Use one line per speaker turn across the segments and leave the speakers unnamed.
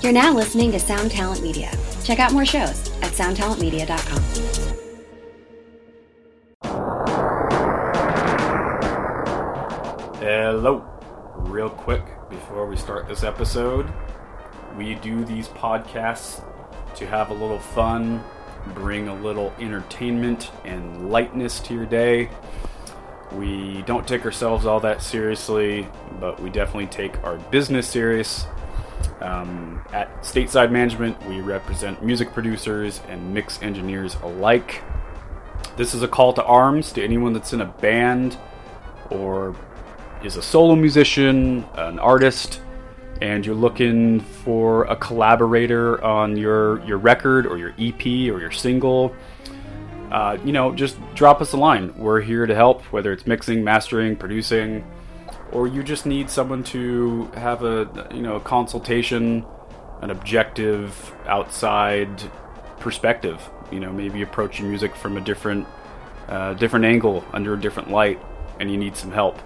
You're now listening to Sound Talent Media. Check out more shows at soundtalentmedia.com.
Hello. Real quick, before we start this episode, we do these podcasts to have a little fun, bring a little entertainment and lightness to your day. We don't take ourselves all that seriously, but we definitely take our business serious. Um, at Stateside Management, we represent music producers and mix engineers alike. This is a call to arms to anyone that's in a band or is a solo musician, an artist, and you're looking for a collaborator on your your record or your EP or your single. Uh, you know, just drop us a line. We're here to help, whether it's mixing, mastering, producing, or you just need someone to have a you know a consultation, an objective outside perspective. You know, maybe approach your music from a different uh, different angle, under a different light, and you need some help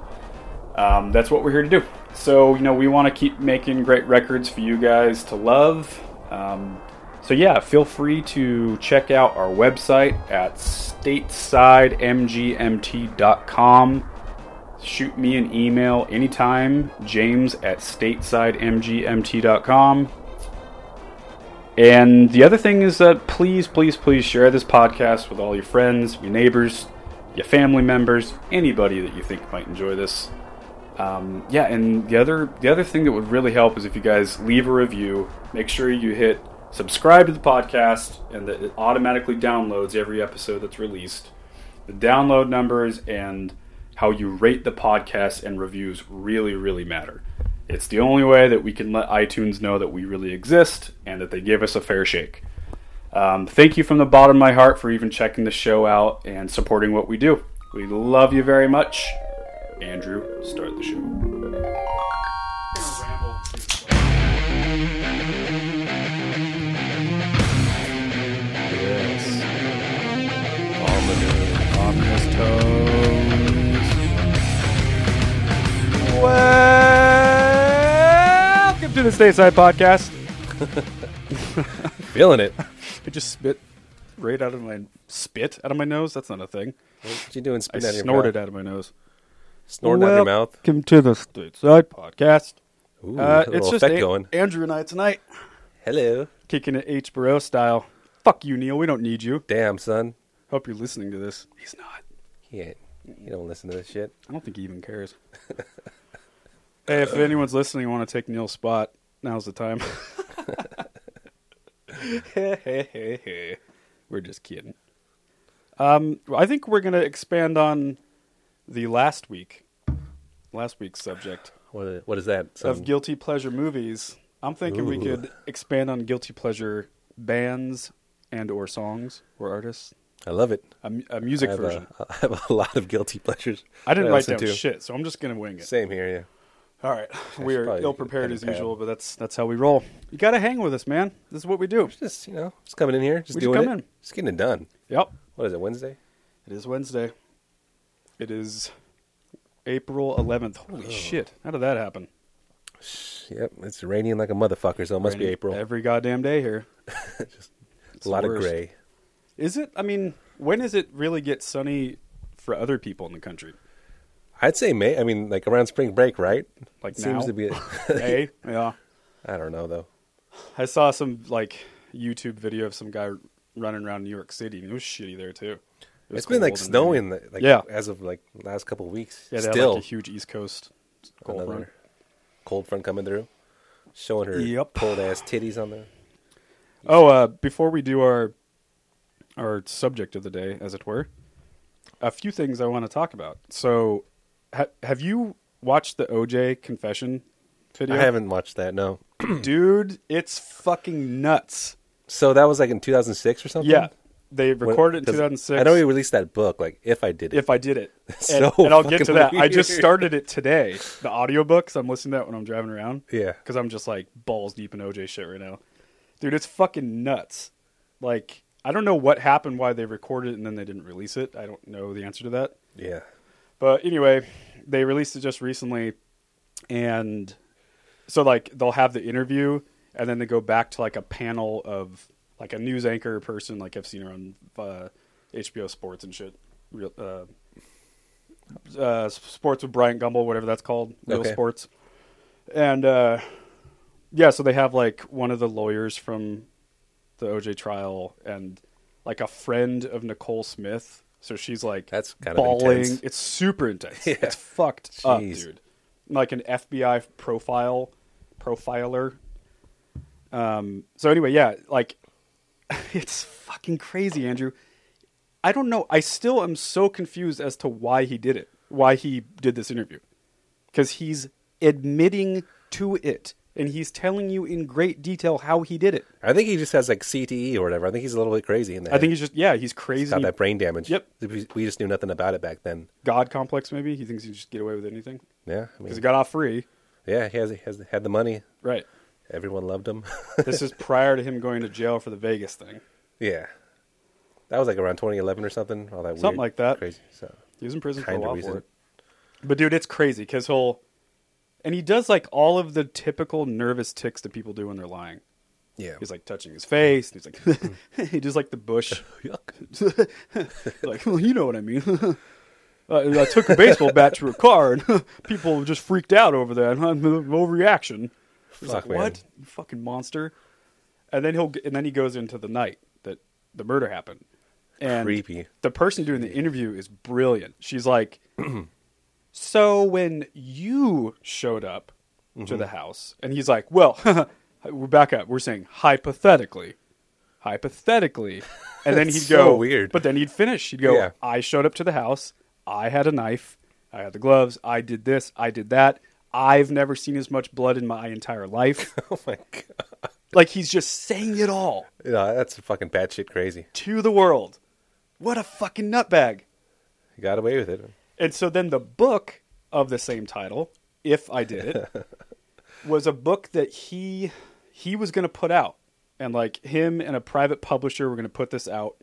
um, that's what we're here to do. So, you know, we want to keep making great records for you guys to love. Um, so, yeah, feel free to check out our website at statesidemgmt.com. Shoot me an email anytime, james at statesidemgmt.com. And the other thing is that please, please, please share this podcast with all your friends, your neighbors, your family members, anybody that you think might enjoy this. Um, yeah, and the other the other thing that would really help is if you guys leave a review. Make sure you hit subscribe to the podcast, and that it automatically downloads every episode that's released. The download numbers and how you rate the podcast and reviews really really matter. It's the only way that we can let iTunes know that we really exist and that they give us a fair shake. Um, thank you from the bottom of my heart for even checking the show out and supporting what we do. We love you very much. Andrew, start the show. Welcome to the Stateside Podcast.
Feeling it.
I just spit right out of my spit out of my nose. That's not a thing.
What you doing?
I
Spitting out of your
snorted
mouth?
out of my nose.
Snorting out of your mouth.
Welcome to the Stateside Podcast.
Ooh,
Uh,
a little
it's just
effect
A-
going.
Andrew and I tonight
Hello.
kicking it H Barrow style. Fuck you, Neil. We don't need you.
Damn, son.
Hope you're listening to this. He's not.
He ain't. You don't listen to this shit.
I don't think he even cares. hey, if anyone's listening, want to take Neil's spot, now's the time. we're just kidding. Um, I think we're gonna expand on the last week, last week's subject
What is, what is that?
of guilty pleasure movies. I'm thinking we
Ooh.
could expand on guilty pleasure bands and or songs or artists.
I love it.
A, mu- a
I
music
have,
version.
a, I have a lot of guilty pleasures.
I didn't
that
write
listen
down
to.
shit, so I'm just gonna wing it.
Same here, yeah.
All right, we
should
are
probably
ill prepared
get a
as
pad.
usual, but that's that's how we roll. You got to hang with us, man. This is what we do.
Just, you know, just coming in here. Just
We should
doing
come
it.
in.
Just getting it done.
Yep,
What is it, Wednesday?
it is Wednesday. It is April 11th. Holy
Oh.
shit! How did that happen?
Yep. It's raining like a motherfucker, so it must
Raining
be April.
Every goddamn day here.
a lot
the
of
worst.
gray.
Is it? I mean, when does it really get sunny for other people in the country?
I'd say May. I mean, like around spring break, right?
Like
Seems
now?
to be.
May? yeah.
I don't know, though.
I saw some like YouTube video of some guy running around New York City, and it was shitty there too. It was
It's been like
cold and rainy.
snowing, like
Yeah.
as of like last couple of weeks.
Yeah, they had,
Still,
like a huge East Coast cold
another
front.
cold front coming through, showing her
Yep.
cold ass titties on there.
Oh, uh, before we do our our subject of the day, as it were, a few things I want to talk about. So, ha- have you watched the OJ confession video?
I haven't watched that. No,
dude. It's fucking nuts.
so that was like in 2006 or something.
Yeah, they
When-
recorded it in
'cause
2006.
I know he released that book. Like, if I did it,
if I did it. And,
So
and I'll get to
fucking
that. I just
weird.
started it today. The audiobooks, I'm listening to that when I'm driving around.
Yeah.
Because I'm just like balls deep in OJ shit right now. Dude, it's fucking nuts. Like, I don't know what happened, why they recorded it and then they didn't release it. I don't know the answer to that.
yeah,
But anyway, they released it just recently, and so like they'll have the interview, and then they go back to like a panel of like a news anchor person, like I've seen her on uh, HBO Sports and shit. Real uh, uh, sports with Brian Gumble, whatever that's called, real
Okay.
sports. And uh, yeah, so they have like one of the lawyers from the OJ trial and like a friend of Nicole Smith. So she's like
That's kind of
bawling.
intense.
It's super intense. It's fucked up,
Jeez.
dude. Like an FBI profile profiler. Um. So anyway, yeah, like it's fucking crazy, Andrew. I don't know. I still am so confused as to why he did it, why he did this interview. Because he's admitting to it, and he's telling you in great detail how he did it.
I think he just has like CTE or whatever. I think he's a little bit crazy in that.
I think he's just, yeah, he's crazy.
got that brain damage.
Yep.
We we just knew nothing about it back then.
God complex, maybe. He thinks he can just get away with anything.
Yeah, I
Because
mean,
he got off free.
yeah, he has, he has had the money.
Right.
Everyone loved him.
this is prior to him going to jail for the Vegas thing.
yeah, that was like around 2011 or something. All that
Something
weird,
like that.
Crazy. So
He was in prison for a
Kinda
while
reason.
for it. But dude, it's crazy because he'll, and he does like all of the typical nervous ticks that people do when they're lying.
yeah,
He's like touching his face. And he's like, he just like the bush. like, well, you know what I mean. I, I took a baseball bat to a car, and people just freaked out over that. Overreaction. It's
Fuck,
like,
man.
what? You fucking monster. And then he'll, g- and then he goes into the night that the murder happened. And
Creepy.
The person doing the interview is brilliant. She's like, so when you showed up
Mm-hmm.
to the house, and he's like, well, we're back up. We're saying hypothetically, hypothetically, and then he'd
That's
go
so weird.
But then he'd finish. He'd go,
Yeah.
I showed up to the house. I had a knife. I had the gloves. I did this. I did that. I've never seen as much blood in my entire life.
oh my god,
like he's just saying it all
no, that's fucking batshit crazy.
to the world. What a fucking nutbag.
He got away with it.
And so then the book of the same title, If I Did It, was a book that he he was going to put out. And like him and a private publisher were going to put this out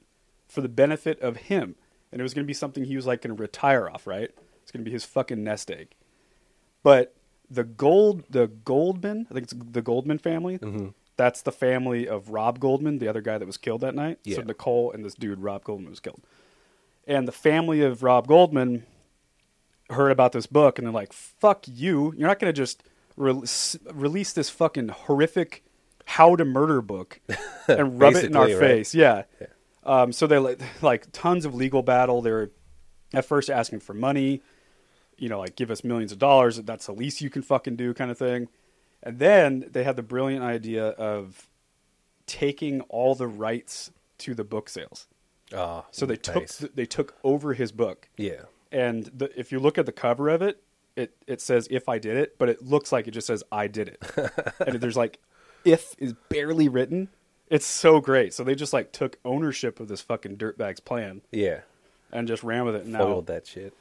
for the benefit of him. And it was going to be something he was like going to retire off, right? It's going to be his fucking nest egg. But the gold the Goldman, I think it's the Goldman family. That's the family of Rob Goldman, the other guy that was killed that night. So
Yeah.
Nicole and this dude Rob Goldman was killed and the family of Rob Goldman heard about this book and they're like, "Fuck you! You're not going to just re- s- release this fucking horrific how to murder book and rub it in our
Basically, right?
face." Yeah. Um, so they like like tons of legal battle. They're at first asking for money, you know, like give us millions of dollars. That's the least you can fucking do, kind of thing. And then they had the brilliant idea of taking all the rights to the book sales.
Oh,
So they took
nice.
th- they took over his book,
yeah,
and the, if you look at the cover of it, it it says "If I did it," but it looks like it just says "I did it," and there's like "If" is barely written. It's so great. So they just like took ownership of this fucking dirtbag's plan
yeah,
and just ran with it. And now,
foiled that shit.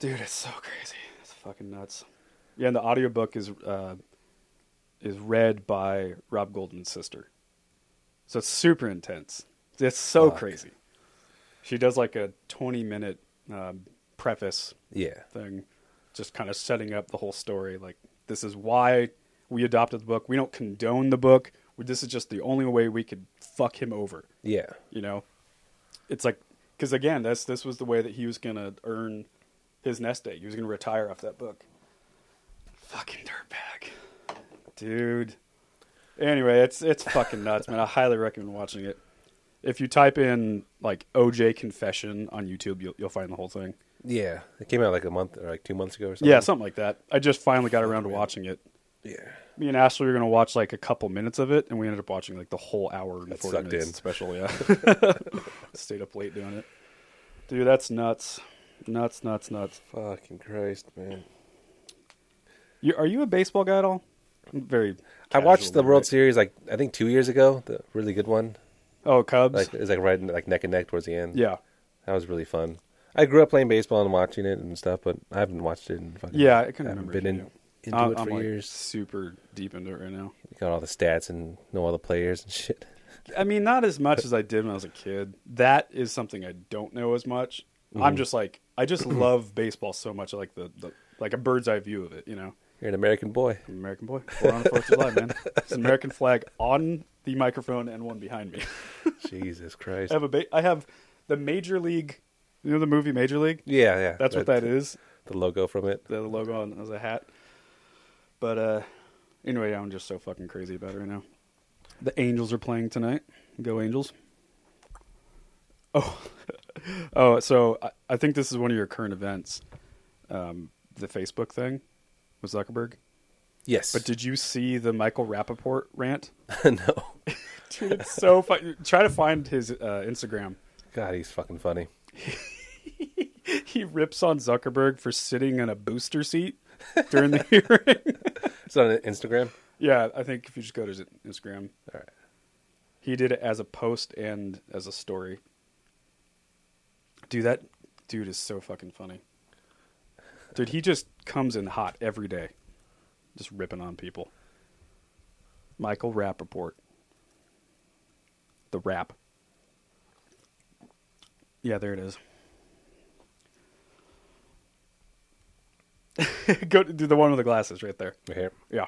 dude, it's so crazy. It's fucking nuts. Yeah, and the audiobook is uh, is read by Rob Goldman's sister, so it's super intense. It's so
Fuck.
crazy. She does like a twenty minute um, preface
Yeah,
thing, just kind of setting up the whole story. Like this is why we adopted the book. We don't condone the book. This is just the only way we could fuck him over
yeah,
you know it's like because again that's this was the way that he was gonna earn his nest egg he was gonna retire off that book fucking dirtbag dude anyway it's it's fucking nuts man i highly recommend watching it if you type in like oj confession on youtube you'll, you'll find the whole thing
yeah. It came out like a month or like two months ago or something.
yeah something like that i just finally got around to watching it
yeah.
me and ashley were gonna watch like a couple minutes of it and we ended up watching like the whole hour and
That
40
sucked
minutes
in.
special yeah stayed up late doing it dude that's nuts nuts nuts nuts
Fucking Christ, man.
you, are you a baseball guy at all I'm very
I watched the
casual,
World
right?
Series like I think two years ago, the really good one.
oh cubs
Like it was like right in- like neck and neck towards the end.
yeah
that was really fun. I grew up playing baseball and watching it and stuff, but I haven't watched it in fucking
yeah i can
haven't
remember
been in,
you.
into
I'm-
it
I'm,
for
like,
years.
super deep into it right now
Got all the stats and know all the players and shit.
I mean, not as much as I did when I was a kid. That is something I don't know as much. I'm just like I just love baseball so much, I like the, the like a bird's eye view of it, you know.
You're an American boy.
American boy. Born on the 4th of July, man. It's an American flag on the microphone and one behind me.
Jesus Christ.
I have a ba- I have the Major League, you know the movie Major League?
yeah, yeah.
That's what that is.
The logo from it.
The logo on as a hat. But uh anyway, I'm just so fucking crazy about it right now. The Angels are playing tonight. Go Angels. Oh. oh, so I, I think this is one of your current events. Um the Facebook thing with Zuckerberg.
Yes.
But did you see the Michael Rappaport rant?
no.
Dude, it's so fu- try to find his uh, Instagram.
God, he's fucking funny.
He rips on Zuckerberg for sitting in a booster seat during the hearing.
It's on Instagram.
yeah, I think if you just go to his Instagram,
All right.
he did it as a post and as a story. Dude, that dude is so fucking funny. Dude, he just comes in hot every day, just ripping on people. Michael Rappaport. The rap. Yeah, there it is. Go to do the one with the glasses right there.
Right here.
Yeah.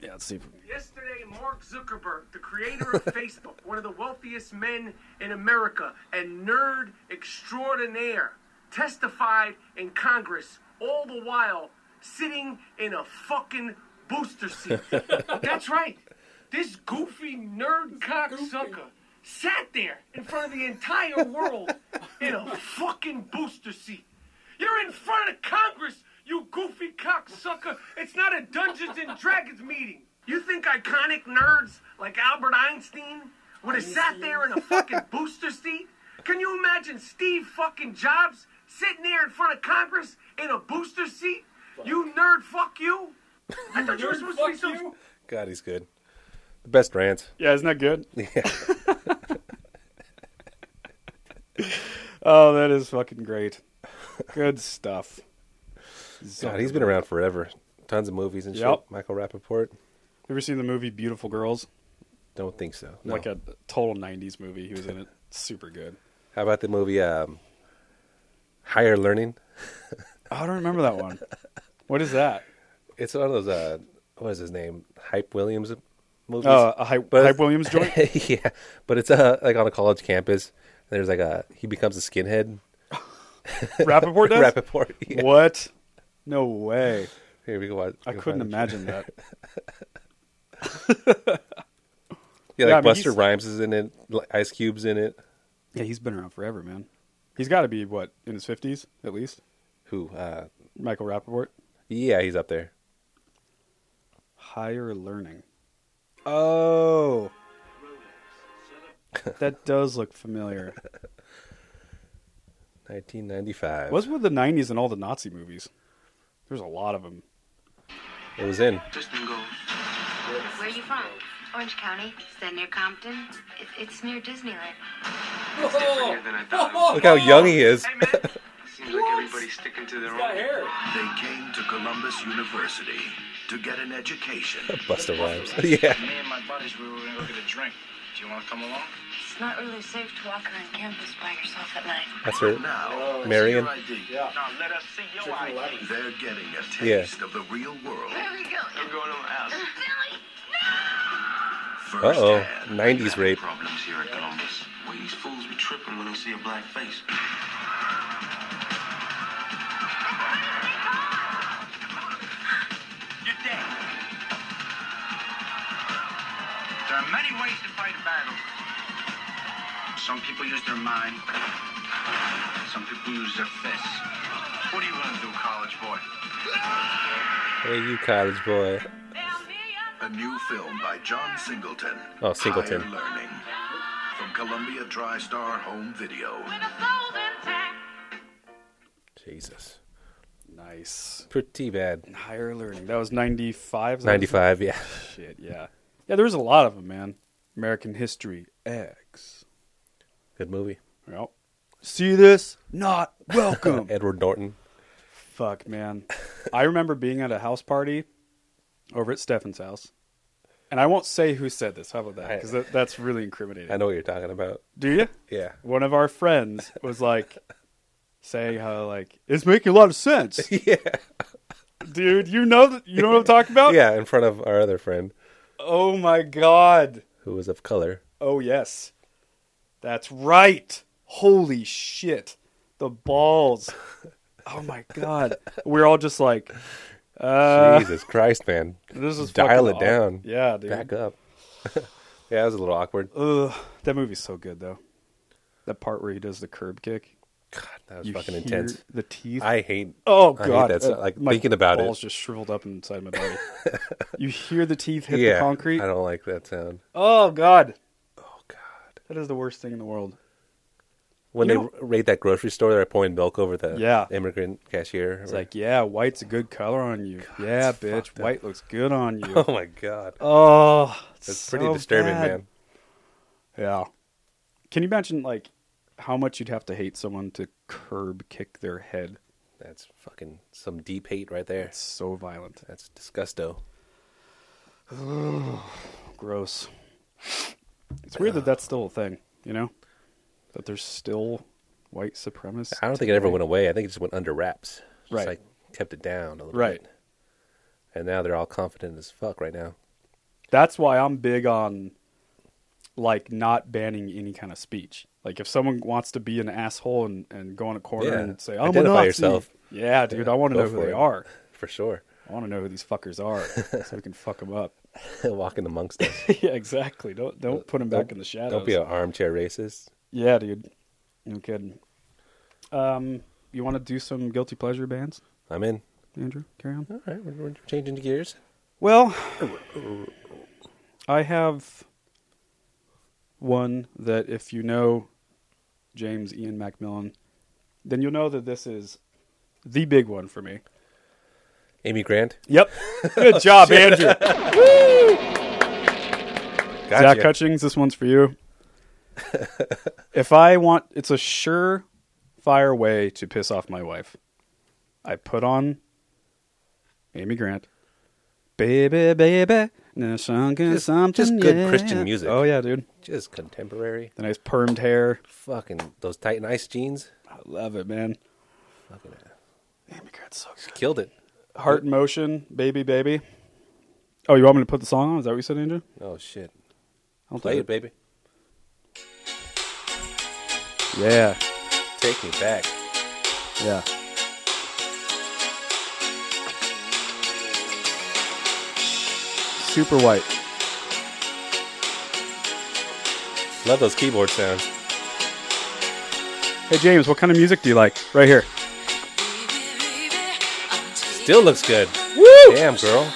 Yeah, let's see. if-
Yesterday, Mark Zuckerberg, the creator of Facebook, one of the wealthiest men in America and nerd extraordinaire, testified in Congress, all the while sitting in a fucking booster seat. That's right. This goofy nerd cocksucker sat there in front of the entire world in a fucking booster seat. You're in front of Congress, you goofy cocksucker. It's not a Dungeons and Dragons meeting. You think iconic nerds like Albert Einstein would have sat there in a fucking booster seat? Can you imagine Steve fucking Jobs sitting there in front of Congress in a booster seat? You nerd, fuck you. I thought you were supposed to be some
God, he's good. The best rants.
Yeah, isn't that good? oh, that is fucking great. Good stuff.
God, he's been around forever. Tons of movies and
Yep.
shit. Michael Rappaport.
Ever seen the movie Beautiful Girls?
Don't think so. No.
Like a total '90s movie. He was in it. Super good.
How about the movie um, Higher Learning?
Oh, I don't remember that one. What is that?
It's one of those. Uh, what is his name? Hype Williams movies.
Uh, a Hype,
But-
Hype Williams joint.
yeah, but it's uh, like on a college campus. And there's like a he becomes a skinhead.
Rappaport does.
Rappaport. Yeah.
What? No way.
Here we go. watch-
I
go
couldn't
find it.
imagine that.
Yeah, like
Yeah, I mean,
Buster
he's-
Rhymes is in it. like Ice Cube's in it.
Yeah, he's been around forever, man. He's got to be what in his 50s at least.
Who? Uh,
Michael Rappaport.
yeah, he's up there.
Higher learning. Oh. that does look familiar.
1995.
What's with the 90s and all the Nazi movies? There's a lot of them.
It was in.
Where are you from? Orange County. Is that near Compton? It, it's near Disneyland.
Oh!
Look how young he is.
Hey, man.
Seems like everybody's sticking to their own.
They came to Columbus University to get an education.
Buster Rhymes. yeah.
Me and my buddies, we were gonna go get a drink. Do you want to come along?
It's not really safe to walk around campus by yourself at night.
That's her.
Now,
Marion.
it's your ID.
Now let us see your ID.
They're getting a
Yeah.
taste of the real world
Where are we
I'm
going?
going to my house.
Silly!
first.
Uh-oh. 90s rape.
Problems here at Columbus. Why these fools be tripping when they see a black face.
You're dead. There are many ways to fight a battle. Some people use their mind. Some people use their fists. What do you want to do, college boy?
Hey, you college boy.
A new film by John Singleton.
Oh, Singleton.
Higher Learning. From Columbia TriStar Home Video.
Jesus.
Nice.
Pretty bad.
Higher learning. That was 95. Is that what it
95. Yeah.
was? Shit, yeah. Yeah, there was a lot of them, man. American History X.
Good movie.
Yep. See this? Not welcome.
Edward Norton.
Fuck, man. I remember being at a house party over at Stefan's house. And I won't say who said this. How about that? Because that, that's really incriminating.
I know what you're talking about.
Do you?
Yeah.
One of our friends was like saying how like it's making a lot of sense. yeah. dude. You know that you know what I'm talking about?
Yeah, in front of our other friend
Oh my god.
who was of color.
Oh yes. That's right. Holy shit. The balls. Oh my god. We're all just like uh
Jesus Christ, man.
this is
Dial
fucking
it
aw-
down.
Yeah, dude.
Back up. yeah, it was a little awkward.
Ugh, that movie's so good though. That part where he does the curb kick.
God, that was
You
fucking
hear
intense.
The teeth.
I hate.
oh
I hate
god,
that
uh,
stuff. Like,
my
thinking about it.
balls just shriveled up inside my body. you hear the teeth hit
yeah,
the concrete.
I don't like that sound.
Oh god,
Oh God.
that is the worst thing in the world.
When
You
they raid that grocery store, they're pouring milk over the
Yeah.
immigrant cashier.
It's like, yeah, white's a good color on you. yeah,
it's
bitch,
fucked up.
white looks good on you.
oh my God,
oh, it's
that's pretty
so
disturbing,
bad.
man.
Yeah. Can you imagine like how much you'd have to hate someone to curb kick their head?
That's fucking some deep hate right there.
It's so violent.
That's disgusto.
Gross. It's weird that that's still a thing. You know, that there's still white supremacists.
I don't think it ever went away. I think it just went under wraps. Just
Right.
like kept it down a little
Right.
bit. And now they're all confident as fuck right now.
that's why I'm big on like not banning any kind of speech. Like if someone wants to be an asshole and, and go in a corner
Yeah.
and say, "I'm a
Identify
Nazi,"
yourself.
yeah, dude, I want to
go
know who
for
they
it.
are.
For sure.
I want to know who these fuckers are, so we can fuck them up.
Walking amongst us.
yeah, exactly. Don't don't put them back in the shadows.
Don't be an armchair racist.
yeah, dude. No kidding. Um, you want to do some guilty pleasure bands,
I'm in.
Andrew? Carry on.
All right, we're, we're changing gears.
Well, I have one that if you know James Ian Macmillan, then you'll know that this is the big one for me.
Amy Grant.
Yep. Good job, Andrew. Zach Hutchings, this one's for you. if I want, it's a sure fire way to piss off my wife. I put on Amy Grant. Baby, baby, now something,
Just-
something.
just good
yeah.
Christian music.
Oh, yeah, dude.
Just contemporary.
The nice permed hair.
Fucking those tight and ice jeans.
I love it, man.
Fucking uh,
Amy Grant's so good.
killed it.
Heart in Motion, Baby, Baby. Oh, you want me to put the song on? Is that what you said, Andrew?
Oh shit.
I'll
Play
do
it, baby.
Yeah,
Take me back.
yeah. Super white.
Love those keyboard sounds.
Hey James, what kind of music do you like? Right here.
Still looks good.
Woo!
Damn, girl.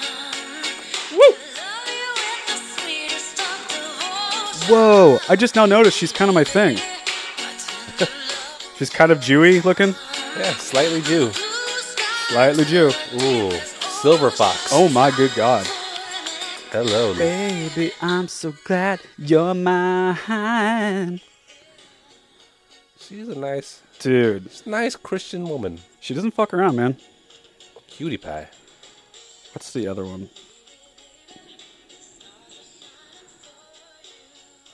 Whoa! I just now noticed she's kind of my thing. she's kind of Jewy looking,
Yeah, slightly Jew.
slightly Jew.
Ooh, silver fox.
Oh my good God!
hello. Lou.
Baby, I'm so glad you're mine,
She's a nice,
dude.
nice Christian woman.
She doesn't fuck around, man.
Cutie pie.
What's the other one?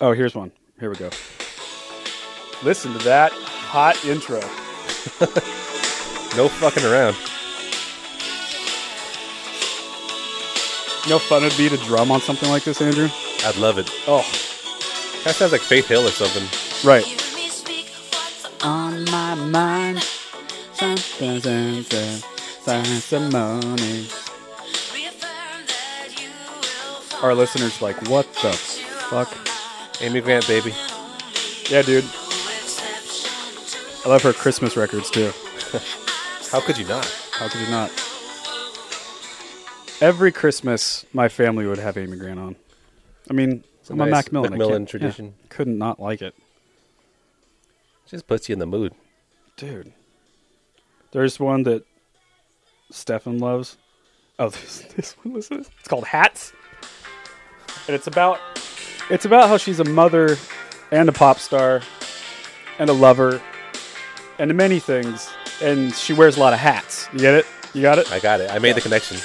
Oh, here's one. Here we go. Listen to that hot intro.
No fucking around.
You know how fun it'd be to drum on something like this, Andrew?
I'd love it.
Oh,
That sounds like Faith Hill or something.
right. Our listeners like, what the fuck?
Amy Grant, baby.
Yeah, dude. I love her Christmas records too.
How could you not?
How could you not? Every Christmas, my family would have Amy Grant on. I mean,
a
I'm a
nice
Macmillan. I
Macmillan
can't-
tradition.
Yeah, couldn't not like it,
Just puts you in the mood.
dude. There's one that Stefan loves. Oh, this, this one. Listen, it's called Hats, and it's about it's about how she's a mother and a pop star and a lover and many things, and she wears a lot of hats. You get it? You got it?
I got it. I made the connection.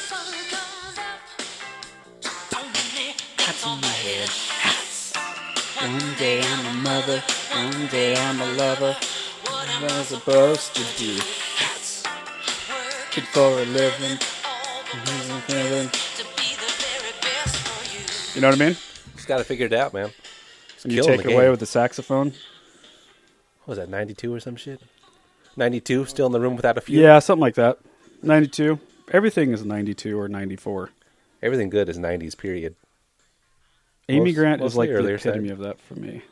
One day I'm a mother, one day I'm a lover. What am I supposed to do? Kid for a living, You know what I mean?
Just got to figure it out, man.
And you
killing
take
the
it away
game.
with the saxophone.
What was that, 92 or some shit? 92, still in the room without a few?
Yeah, something like that. 92. Everything is 92 or 94.
Everything good is 90s, period.
Amy
Most-
Grant is
mostly
like the
earlier side.
epitome of that for me.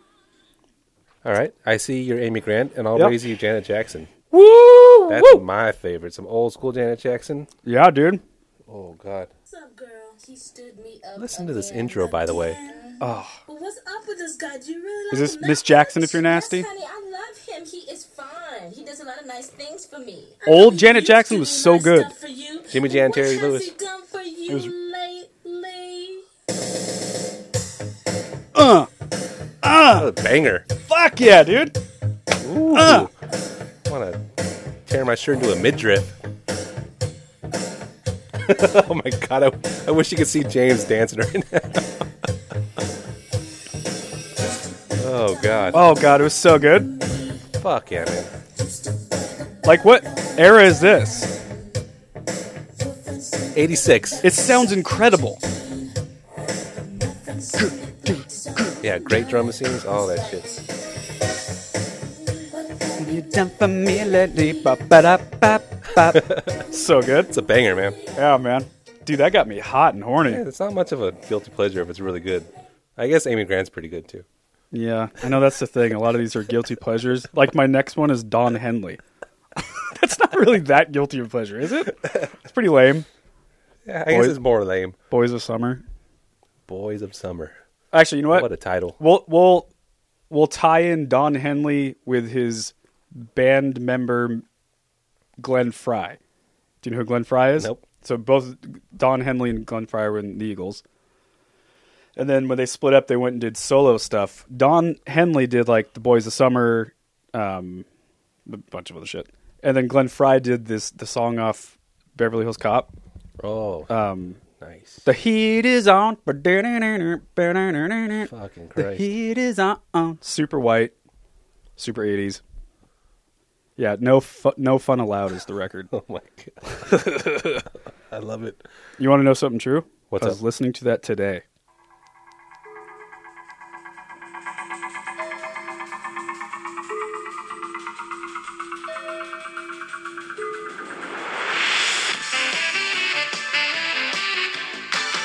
All right. I see you're Amy Grant, and I'll
Yep.
raise you Janet Jackson.
Woo!
That's
Woo!
my favorite. Some old school Janet Jackson.
Yeah, dude.
Oh, God.
What's up, girl? He stood me up.
Listen to this intro, by the way.
Oh. But what's up with this guy? Do you really
Is
like
this
him
Miss
that
Jackson
much?
if you're nasty?
Yes, honey, I love him. He is fine. He does a lot of nice things for me. I
Old
know he
Janet
used to
Jackson
do
was so
nice
good.
stuff for you,
Jimmy
but
Jan,
what
Terry
has
Lewis.
he done for you
was-
lately?
Oh, banger.
Ah, Fuck yeah, dude.
Ooh.
Ah.
want to tear my shirt into a midriff. oh, my God. I, I wish you could see James dancing right now. oh, God.
Oh, God, it was so good.
Fuck yeah, man.
Like, what era is this?
86.
It sounds incredible.
Yeah, great drum machines, all that shit.
You done for me lately, bop, ba, da, bop, bop. so good.
It's a banger, man.
Yeah, man. Dude, that got me hot and
Yeah,
horny.
It's not much of a guilty pleasure if it's really good. I guess Amy Grant's pretty good too.
Yeah, I know that's the thing. A lot of these are guilty pleasures. Like, my next one is Don Henley. that's not really that guilty of pleasure, is it? It's pretty lame.
Yeah, I guess
Boy-
it's more lame.
Boys of Summer.
Boys of Summer.
Actually, you know what?
What, a title.
We'll we'll we'll tie in Don Henley with his band member Glenn Fry. Do you know who Glenn Fry is?
Nope.
So both Don Henley and Glenn Fry were in the Eagles. And then when they split up, they went and did solo stuff. Don Henley did like the Boys of Summer, um, a bunch of other shit, and then Glenn Fry did this the song off Beverly Hills Cop.
Oh,
Um,
nice.
the heat is on.
Fucking
The
Christ.
heat is on. Super white, super eighties. Yeah, no, fu- no fun allowed is the record.
Oh my god. I love it.
You want to know something true?
What's
I was
up?
listening to that today.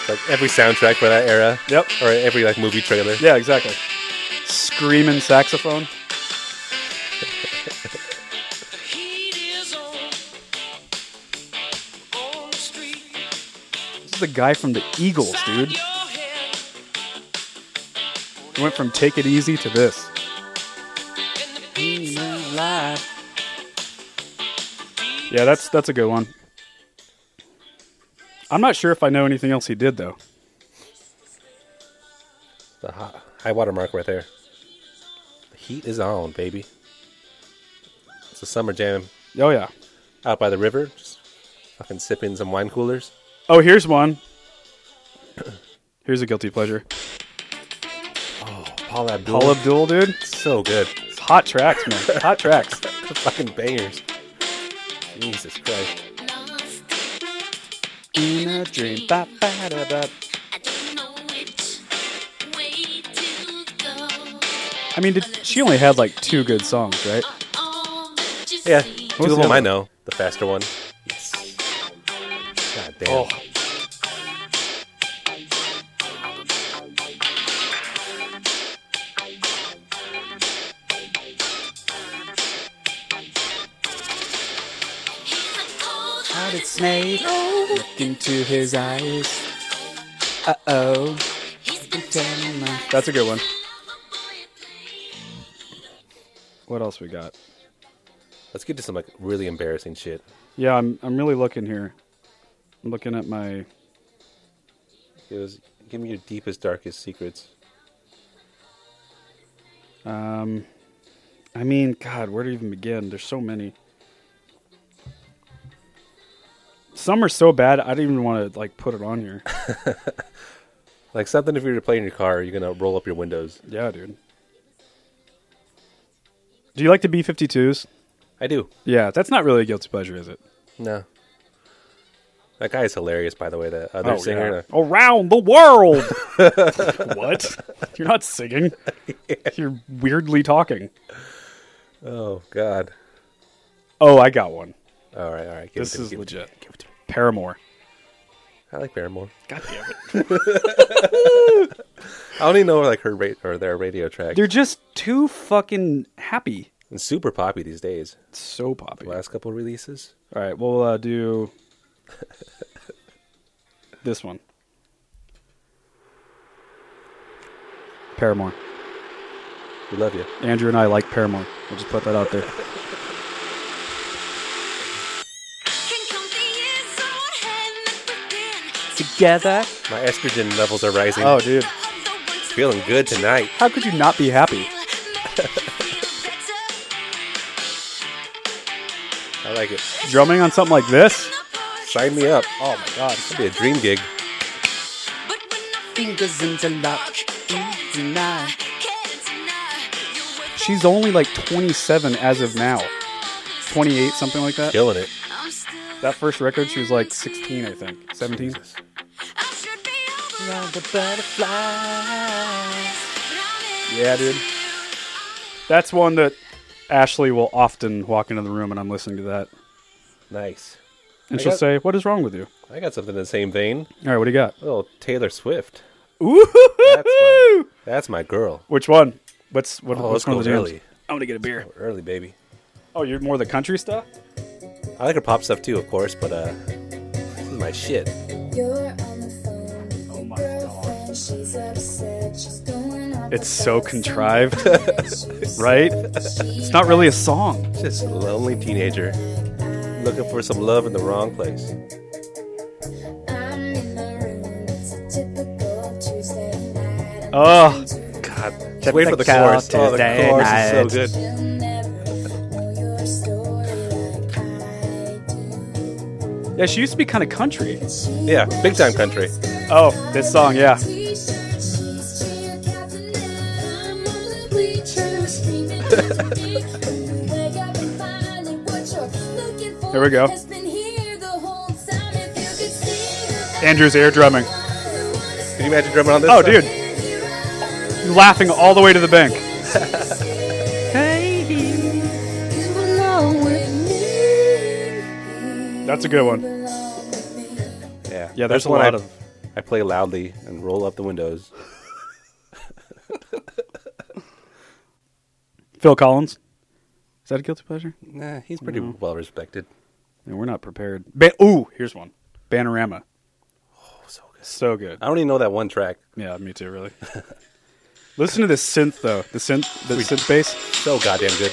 It's like every soundtrack for that era.
Yep.
Or every like movie trailer.
Yeah, exactly. Screaming saxophone. This is the guy from the Eagles, dude. He went from Take It Easy to this. Mm. Yeah, that's that's a good one. I'm not sure if I know anything else he did though.
The high, high water mark right there. The heat is on, baby. It's a summer jam
Oh yeah.
out by the river. Just fucking sipping some wine coolers.
Oh, here's one. Here's a guilty pleasure.
Paul Abdul.
Paul Abdul, dude.
so good.
It's hot tracks, man. Hot tracks.
fucking bangers. Jesus Christ.
In a dream. Ba, ba, da, ba. I mean, did, she only had like two good songs, right?
Yeah,
was the
two of them
other
I
one?
know. The faster one. Yes. God damn.
Oh. into his eyes. Uh oh. That's a good one. What else we got?
Let's get to some like really embarrassing shit.
Yeah, I'm I'm really looking here. I'm looking at my
It was give me your deepest, darkest secrets.
um I mean, God, where to even begin? There's so many. Some are so bad I didn't even want to like put it on here.
Like something if you were to play in your car, you're gonna roll up your windows.
Yeah, dude. Do you like the B 52s?
I do.
Yeah, that's not really a guilty pleasure, is it?
No. That guy is hilarious, by the way. The other
Oh,
singer.
yeah. Around the world. what? You're not singing. You're weirdly talking.
Oh God.
Oh, I got one.
All right, all right. Give
This
it to me,
is
give it to
legit. Paramore.
me. I like Paramore.
God damn it.
I only know like her rate or their radio track.
They're just too fucking happy.
It's super poppy these days.
It's so poppy.
Last couple releases.
All right, we'll uh, do this one. Paramore.
We love you.
Andrew and I like Paramore. We'll just put that out there. Together.
My estrogen levels are rising.
Oh, dude.
feeling good tonight.
How could you not be happy?
I like it.
Drumming on something like this?
Sign me up.
Oh my god.
It'd be a dream gig.
Fingers interlock. Deny.
She's only like 27 as of now. 28, something like that.
Killing it.
That first record, she was like 16, I think. 17?
Round the butterflies.
Yeah, dude. That's one that Ashley will often walk into the room and I'm listening to that.
Nice.
And
I
she'll
got-
say, What is wrong with you?
I got something in the same vein.
All right, what do you got?
A little Taylor Swift. That's my,
Ooh!
that's my girl.
Which one? What's what,
Oh,
what's
let's
one
go
of the jams?
early.
I'm gonna get a beer.
Early, baby.
Oh, you're more the country stuff?
I like her pop stuff too, of course, but uh, this is my shit.
Oh my god.
It's
It's so contrived, right? It's not really a song.
Just a lonely teenager looking for some love in the wrong place.
Ugh.
God, just wait for the
Typical
chorus. Oh, the
Tuesday
chorus
night.
is so good.
Yeah, she used to be kind of country.
Yeah, big time country.
Oh, this song, yeah.
Here
we go. Andrew's air drumming.
Can you imagine drumming on this?
Oh,
song?
dude. Laughing all the way to the bank. That's a good one.
Yeah,
Yeah,
That's
there's a
the one
lot
I,
of.
I play loudly and roll up the windows.
Phil Collins. Is that a guilty pleasure?
Nah, he's pretty well respected.
Yeah, we're not prepared. Ba- Ooh, here's one. Panorama. Oh,
so good.
So good.
I only know that one track.
Yeah, me too, really. Listen to this synth though. The synth, the synth bass.
So goddamn good.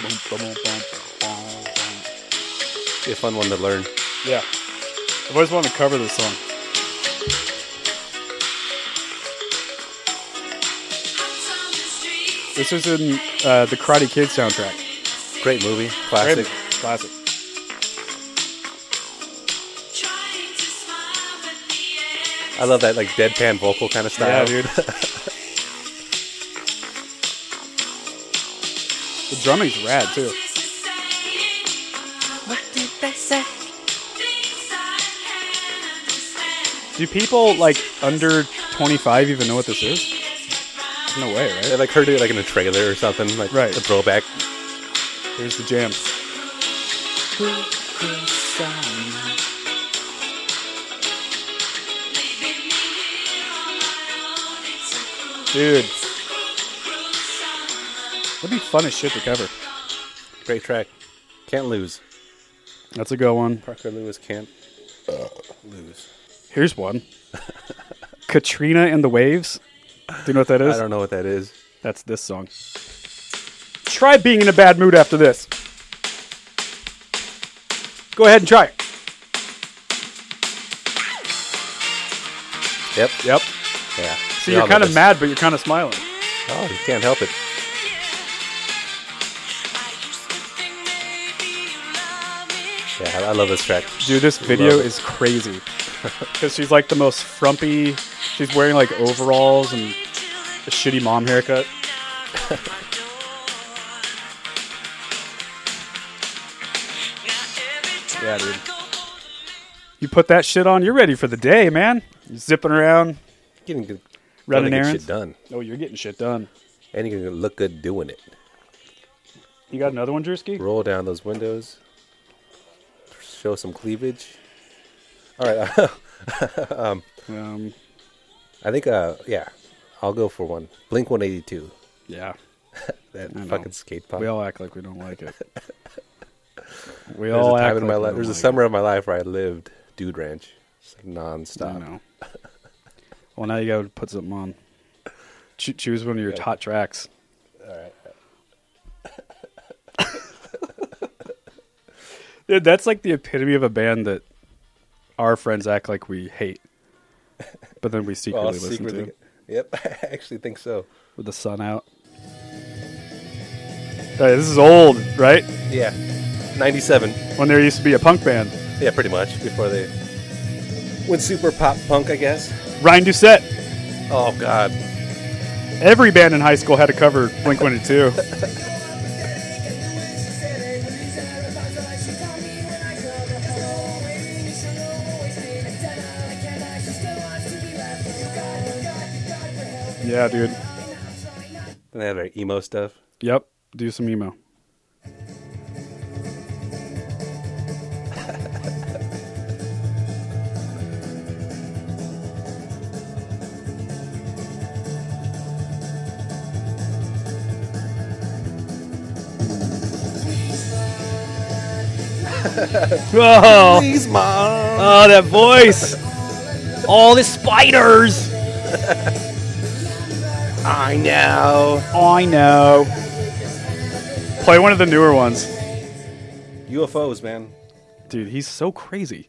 Be a fun one to learn.
Yeah, I've always wanted to cover this song. This is in uh, the Karate Kid soundtrack.
Great movie, classic.
Great. Classic.
I love that like deadpan vocal kind of
Yeah,
style.
dude. the drumming's rad too.
What did they say?
Do people like under 25 even know what this is? No way, right?
I like heard it like in a trailer or something, like
Right.
a throwback.
Here's the jam. Dude. That'd be fun as shit to cover.
Great track. Can't lose.
That's a good one.
Parker Lewis can't lose.
Here's one. Katrina and the Waves. Do you know what that
I
is?
don't know what that is.
That's this song. Try being in a bad mood after this. Go ahead and try it.
Yep.
Yep.
Yeah.
So
We all
you're
know
kind of
this.
mad, but you're kind of smiling.
Oh, you can't help it. Yeah, I- I love this track.
Dude, this video
Love it.
is crazy. Because she's like the most frumpy. She's wearing like overalls and a shitty mom haircut. yeah, dude. You put that shit on, you're ready for the day, man. You're zipping around,
Getting good.
running
trying to get
errands.
shit done.
Oh, you're getting shit done.
And you're going to look good doing it.
You got another one, Drewski?
Roll down those windows. Show some cleavage. All right.
Um,
I think, uh, yeah, I'll go for one. Blink 182.
yeah.
That
I know.
fucking skate pop.
We all act like we don't like it. We
There's
all
a
act
time in
like
my
we
life.
don't
There's a
like
summer of my life where I lived dude ranch. It's like
It. I
nonstop.
know. Well, now you gotta put something on. Cho- choose one of your hot tracks. All right. Dude, that's like the epitome of a band that our friends act like we hate, but then we
Well,
secretly listen
secretly-
to
Yep, I actually think so.
with the sun out. Hey, this is old, right?
Yeah, 97.
When there used to be a punk band,
Yeah, pretty much before they went super pop punk, I guess.
Ryan Doucette.
Oh God,
Every band in high school had to cover Blink 182. yeah, dude.
and they have their emo stuff.
Yep. Do some emo. oh,
Please, mom.
oh, that voice! All the spiders!
I know.
I know. Play one of the newer ones.
UFOs, man.
Dude, he's so crazy.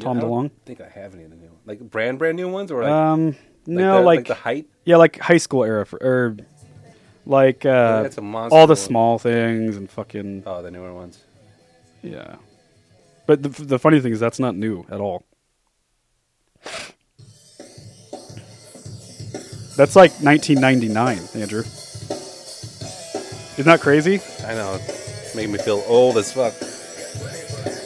Tom
I don't
DeLonge?
think I have any of the new, like brand brand new ones, or like,
Um,
like
no,
the,
like,
the height.
yeah, like high school era, for, or like uh,
that's a monster
all the
one.
small things and fucking
Oh, the newer ones.
yeah. But the, the funny thing is that's not new at all. That's like 1999, Andrew. Isn't that crazy?
I know, it's making me feel old as fuck.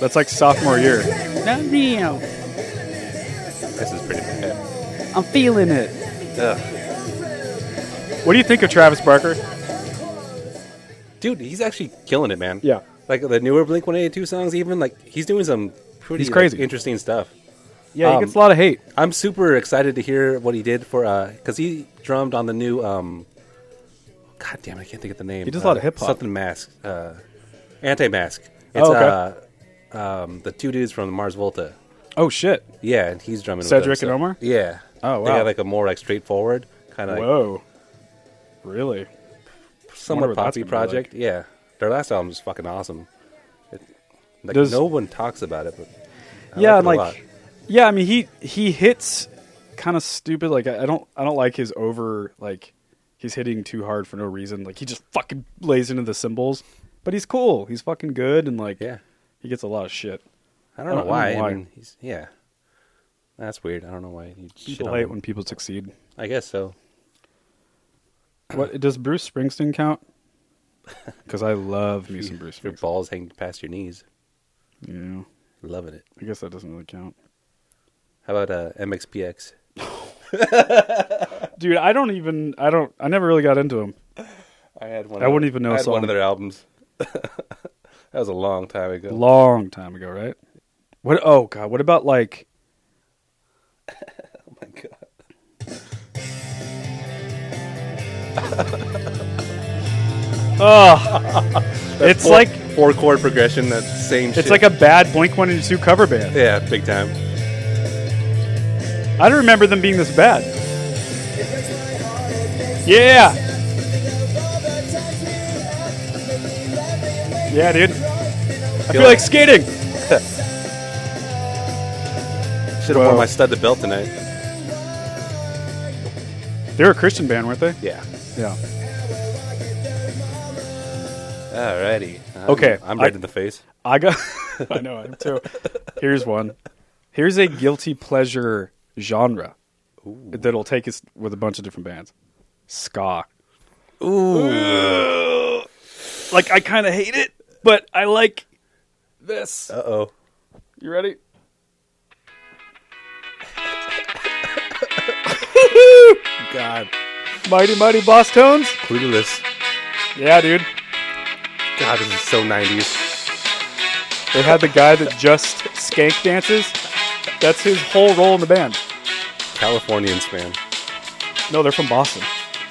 That's like sophomore year.
This is pretty bad.
I'm feeling it.
Ugh.
What do you think of Travis Barker?
Dude, he's actually killing it, man.
Yeah.
Like the newer Blink 182 songs, even like he's doing some pretty
He's crazy.
like, interesting stuff.
Yeah, he
Um,
gets a lot of hate.
I'm super excited to hear what he did for uh because he drummed on the new um God damn it, I can't think of the name.
He does a
Uh,
lot of hip-hop.
Something mask. Uh anti mask.
Oh,
It's
okay.
uh um the two dudes from Mars Volta.
Oh shit.
Yeah, and he's drumming with
Cedric
them,
and Omar?
Yeah.
Oh,
They
wow.
got like a more like straightforward kind of like,
Whoa. Really?
somewhat
Wonder what that's
poppy
gonna be
project. Yeah. Their last album is fucking awesome. It, like
Does-
no one talks about it, but I
yeah,
like, it a lot.
like yeah, I mean he he hits kind of stupid. Like I, I don't I don't like his over like he's hitting too hard for no reason. Like he just fucking lays into the cymbals. But he's cool. He's fucking good and like
Yeah.
he gets a lot of shit.
I don't
I
know
don't know
why.
why.
I mean, he's, yeah. That's weird. I don't know why. you shit
People
on
hate
him.
when people succeed.
I guess so.
What does Bruce Springsteen count? Because I love me some Bruce
Your
Springsteen.
balls hang past your knees.
Yeah,
Loving it.
I guess that doesn't really count.
How about uh, MXPX?
Dude, I don't even. I don't. I never really got into him.
I had one.
I wouldn't even know
I
a
had one
song.
of their albums. that was a long time ago.
long time ago, right? What? Oh God! What about like?
oh my god.
Oh, it's
Four-
like
four chord progression. That same.
it's like a bad Blink One Eighty Two cover band.
yeah, big time.
I don't remember them being this bad. Yeah. Yeah, dude. I feel like skating.
Should have worn
Whoa.
my stud to belt tonight.
They were a Christian band, weren't they?
Yeah.
Yeah.
Alrighty. I'm,
Okay,
I'm
I-
red in the face.
I got. I know I am too. Here's one. Here's a guilty pleasure genre that'll take us with a bunch of different bands. Ska. Ooh. Like I kind of hate it, but I like this.
Uh oh.
You ready?
God.
Mighty Mighty Boss Tones?
Clueless.
Yeah, dude.
God, this is so 90s.
They had the guy that just skank dances. That's his whole role in the band.
Californians, man.
No, they're from Boston.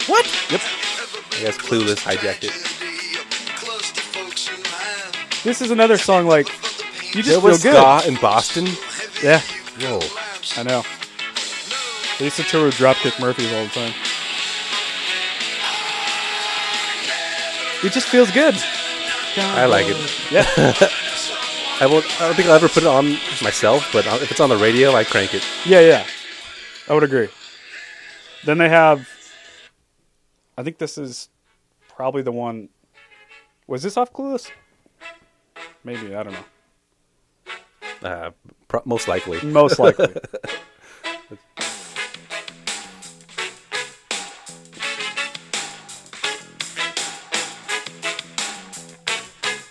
What? Yep. I guess Clueless hijacked it.
This is another song like you just
there was
feel good.
ska in Boston.
Yeah,
Whoa.
I know. They used to tour with Dropkick Murphys all the time. It just feels good.
I like it.
Yeah.
I will. I don't think I'll ever put it on myself, but I'll- if it's on the radio, I crank it.
Yeah, yeah. I would agree. Then they have I think this is probably the one Was this off Clueless? Maybe, I don't know.
Uh, pro- most likely.
Most likely.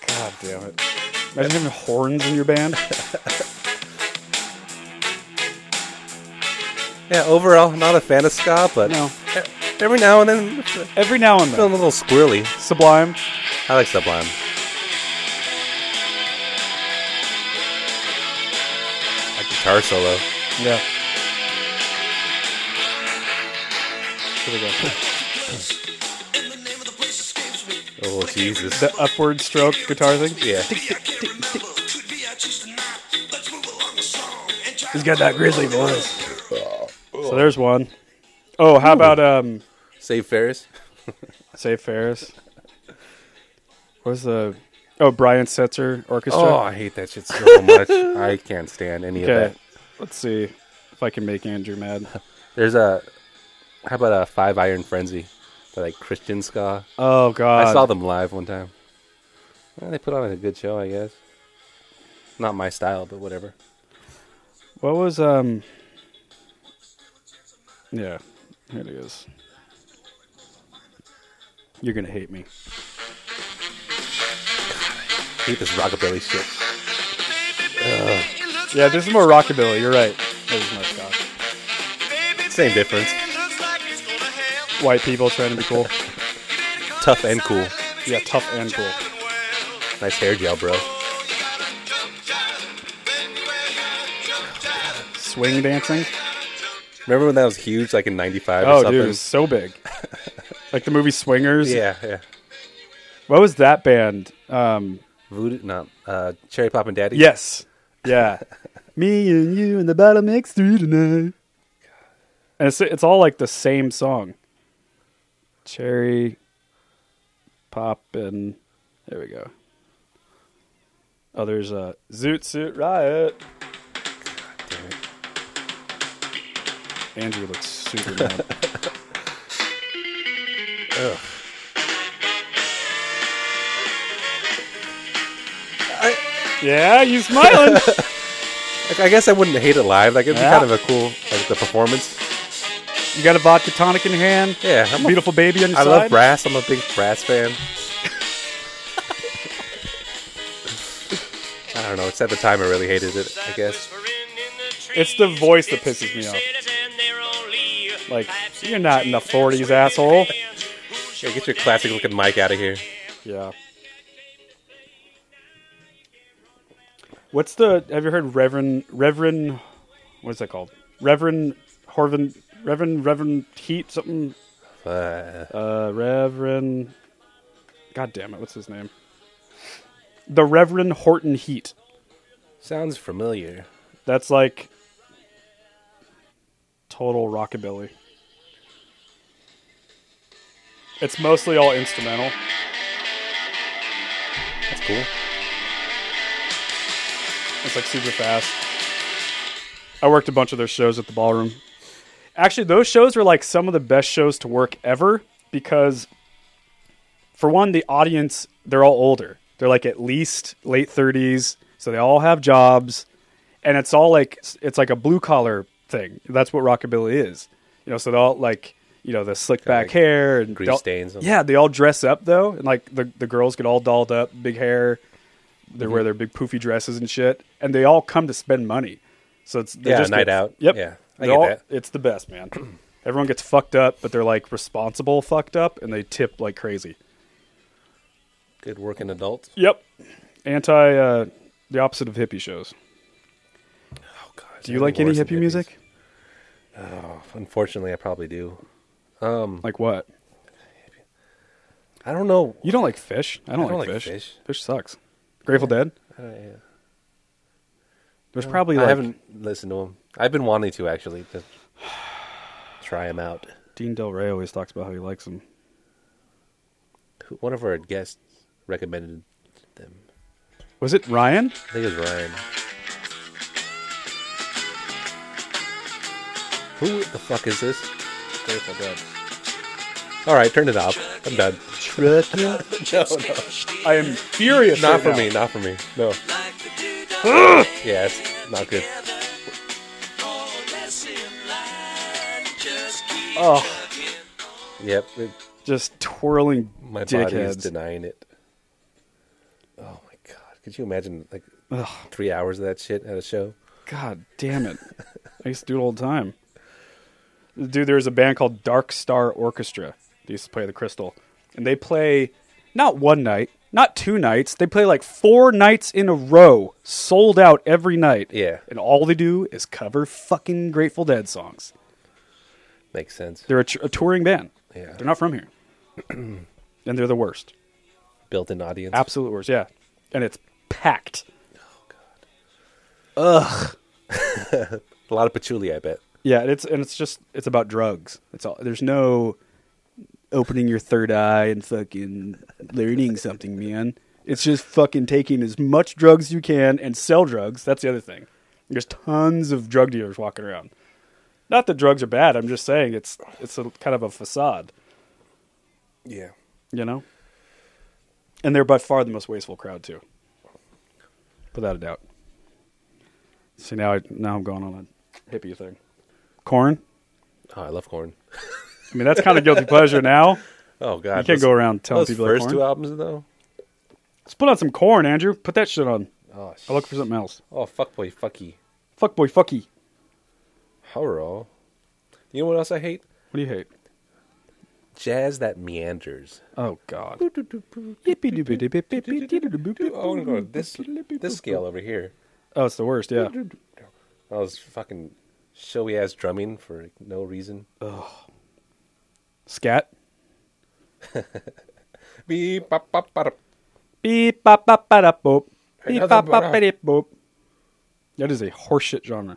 God damn it. Imagine having horns in your band.
yeah. Overall, not a fan of ska, but e,
No.
every now and then,
Every now and
feeling
then.
a little squirrely.
Sublime.
I like Sublime. That guitar solo.
Yeah. Here we go.
Oh Jesus.
The upward stroke guitar thing.
yeah.
He's got that grizzly voice. So there's one. Oh, how about um
Save Ferris.
Save Ferris? What's the Oh Brian Setzer Orchestra?
Oh, I hate that shit so much. I can't stand any of
okay.
that.
Let's see if I can make Andrew mad.
There's a how about a Five Iron Frenzy, They're like Christian ska.
Oh god.
I saw them live one time. Well, they put on a good show, I guess. Not my style, but whatever.
What was um? Yeah, here it is. You're gonna hate me.
hate this rockabilly shit.
Yeah, this is more rockabilly. You're right. This is not Scott.
Same difference.
White people trying to be cool.
Tough and cool.
yeah, tough and cool.
Nice hair gel, bro.
Swing dancing.
Remember when that was huge, like in '95 or
Oh,
something?
dude, it's so big. like the movie Swingers.
Yeah, yeah.
What was that band? Um,
Voodoo, no, uh, Cherry Pop and Daddy.
yes. Yeah. me and you and the bottom next three tonight. And it's it's all like the same song. Cherry, pop, and there we go. Oh, there's a Zoot Suit Riot. Andrew looks super mad. yeah, you smiling.
Like, I guess I wouldn't hate it live. Like it'd
Yeah.
be kind of a cool, like the performance.
you got a vodka tonic in your hand.
Yeah, I'm a-
Beautiful baby on your
I
side.
love brass. I'm a big brass fan. I don't know. It's at the time I really hated it. I guess.
It's the voice that pisses me off. Like, you're not in the 40s, asshole.
Yeah, get your classic looking mic out of here.
Yeah. What's the? Have you heard Reverend Reverend? What's that called? Reverend Horvin Reverend Reverend Heat something.
Uh,
Uh, Reverend. God damn it! What's his name? The Reverend Horton Heat.
sounds familiar.
That's like total rockabilly. It's mostly all instrumental.
That's cool.
It's like super fast. I worked a bunch of their shows at the ballroom. Actually, those shows were like some of the best shows to work ever because, for one, the audience, they're all older. They're like at least late 30s. So they all have jobs. And it's all like, it's like a blue collar thing. That's what Rockabilly is. You know, so they all like, you know, the slick back
like
hair and
grease
they'll-
stains on-
Yeah, they all dress up though. And like the, the girls get all dolled up, big hair, they
Mm-hmm.
wear their big poofy dresses and shit, and they all come to spend money. So it's they're
Yeah,
just
night
it's-
out.
Yep.
Yeah, I
They
get
all-
that.
It's the best, man. Everyone gets fucked up, but they're like responsible fucked up, and they tip like crazy.
Good working adult.
Yep. Anti, uh, the opposite of hippie shows.
Oh God.
Do you like any hippie music?
Oh, unfortunately, I probably do. Um,
Like what?
I don't know.
You don't like fish? I don't,
I don't
like,
like
fish.
fish.
fish. sucks. Grateful Dead.
I don't- yeah.
There's probably
I
like
haven't listened to him. I've been wanting to actually to try him out.
Dean Del Rey always talks about how he likes them.
Who- One of our guests recommended them.
Was it Ryan?
I think it was Ryan. Who the fuck is this? Grateful Dead. All right, turn it off. I'm done. no, no.
I am furious.
Not
right
for
now.
me. Not for me. No. Yeah, it's not good.
Oh,
Yep. It,
just twirling
my body is
dickheads.
denying it. Oh my god! Could you imagine like
Ugh,
three hours of that shit at a show?
God damn it! I used to do it all the time. Dude, there was a band called Dark Star Orchestra. They used to play the Crystal, and they play not one night, not two nights. They play like four nights in a row, sold out every night.
Yeah.
and all they do is cover fucking Grateful Dead songs.
Makes sense.
They're a, tr- a touring band.
Yeah.
They're not from here. and they're the worst.
Built-in audience.
Absolute worst, yeah. And it's packed.
a lot of patchouli, I bet.
Yeah, and it's and it's just it's about drugs. It's all there's no opening your third eye and fucking learning something, man. It's just fucking taking as much drugs you can and sell drugs. That's the other thing. There's tons of drug dealers walking around. Not that drugs are bad. I'm just saying it's it's a kind of a facade,
Yeah.
you know. And they're by far the most wasteful crowd too, without a doubt. See now I now I'm going on a hippie thing. Corn,
Oh, I love corn.
I mean, that's kind of guilty pleasure now.
Oh god.
You can't
those-
go around telling
those
people
first
that
two
corn.
albums though.
Let's put on some corn, Andrew. Put that shit on.
Oh,
I look for something else.
oh fuckboy, fucky,
Fuck boy, fucky.
horror. You know what else I hate?
What do you hate?
Jazz that meanders.
Oh God.
I want to go to Oh, this this scale over here.
Oh, it's the worst. Yeah.
All this fucking showy ass drumming for like, no reason.
Scat.
Beep, bop, bop, bada.
Beep bop bop ba da boop. Beep
Another
bop bop
ba-da.
ba da boop. That is a horseshit genre.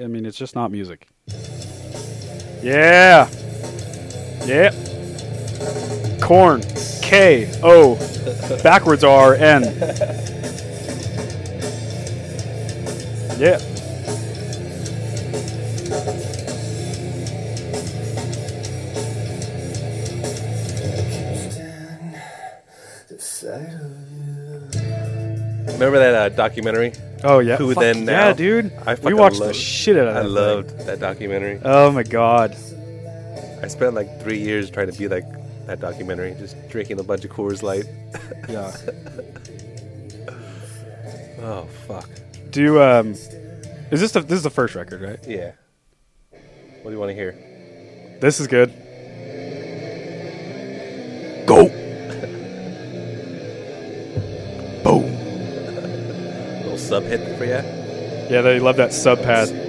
I mean, it's just not music. Yeah. Yeah. Corn. K O. Backwards R N. Yeah.
Remember that uh, documentary?
Oh yeah.
Who
Fuck
then
yeah,
now?
dude.
I
we
fucking
watched the
loved-
shit out of that.
I
thing.
loved that documentary.
Oh my god.
I spent like three years trying to be like that documentary, just drinking a bunch of Coors Light.
Yeah.
Oh fuck.
Do you, um, is this the this is the first record, right?
Yeah. What do you want to hear?
This is good.
Go. Boom. Little sub hit for you.
Yeah, they love that sub pad.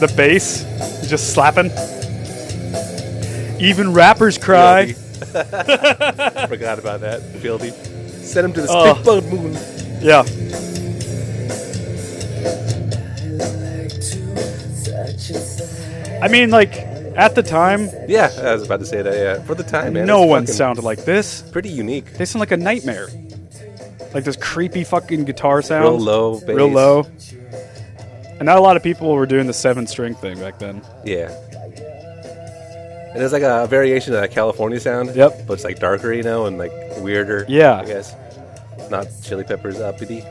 The bass just slapping. Even rappers cry.
Forgot about that. Guilty. Send him to the
Oh.
stick bug moon.
Yeah. I mean, like at the time,
Yeah, I was about to say that. Yeah, for the time, man,
no
it's
one
fucking
sounded like this.
pretty unique.
They sound like a nightmare. Like this creepy fucking guitar sound.
Real low, bass.
Real low. And not a lot of people were doing the seven string thing back then.
Yeah. And it's like a variation of that California sound.
Yep.
But it's like darker, you know, and like weirder.
Yeah.
I guess. Not Chili Peppers uh, uppity.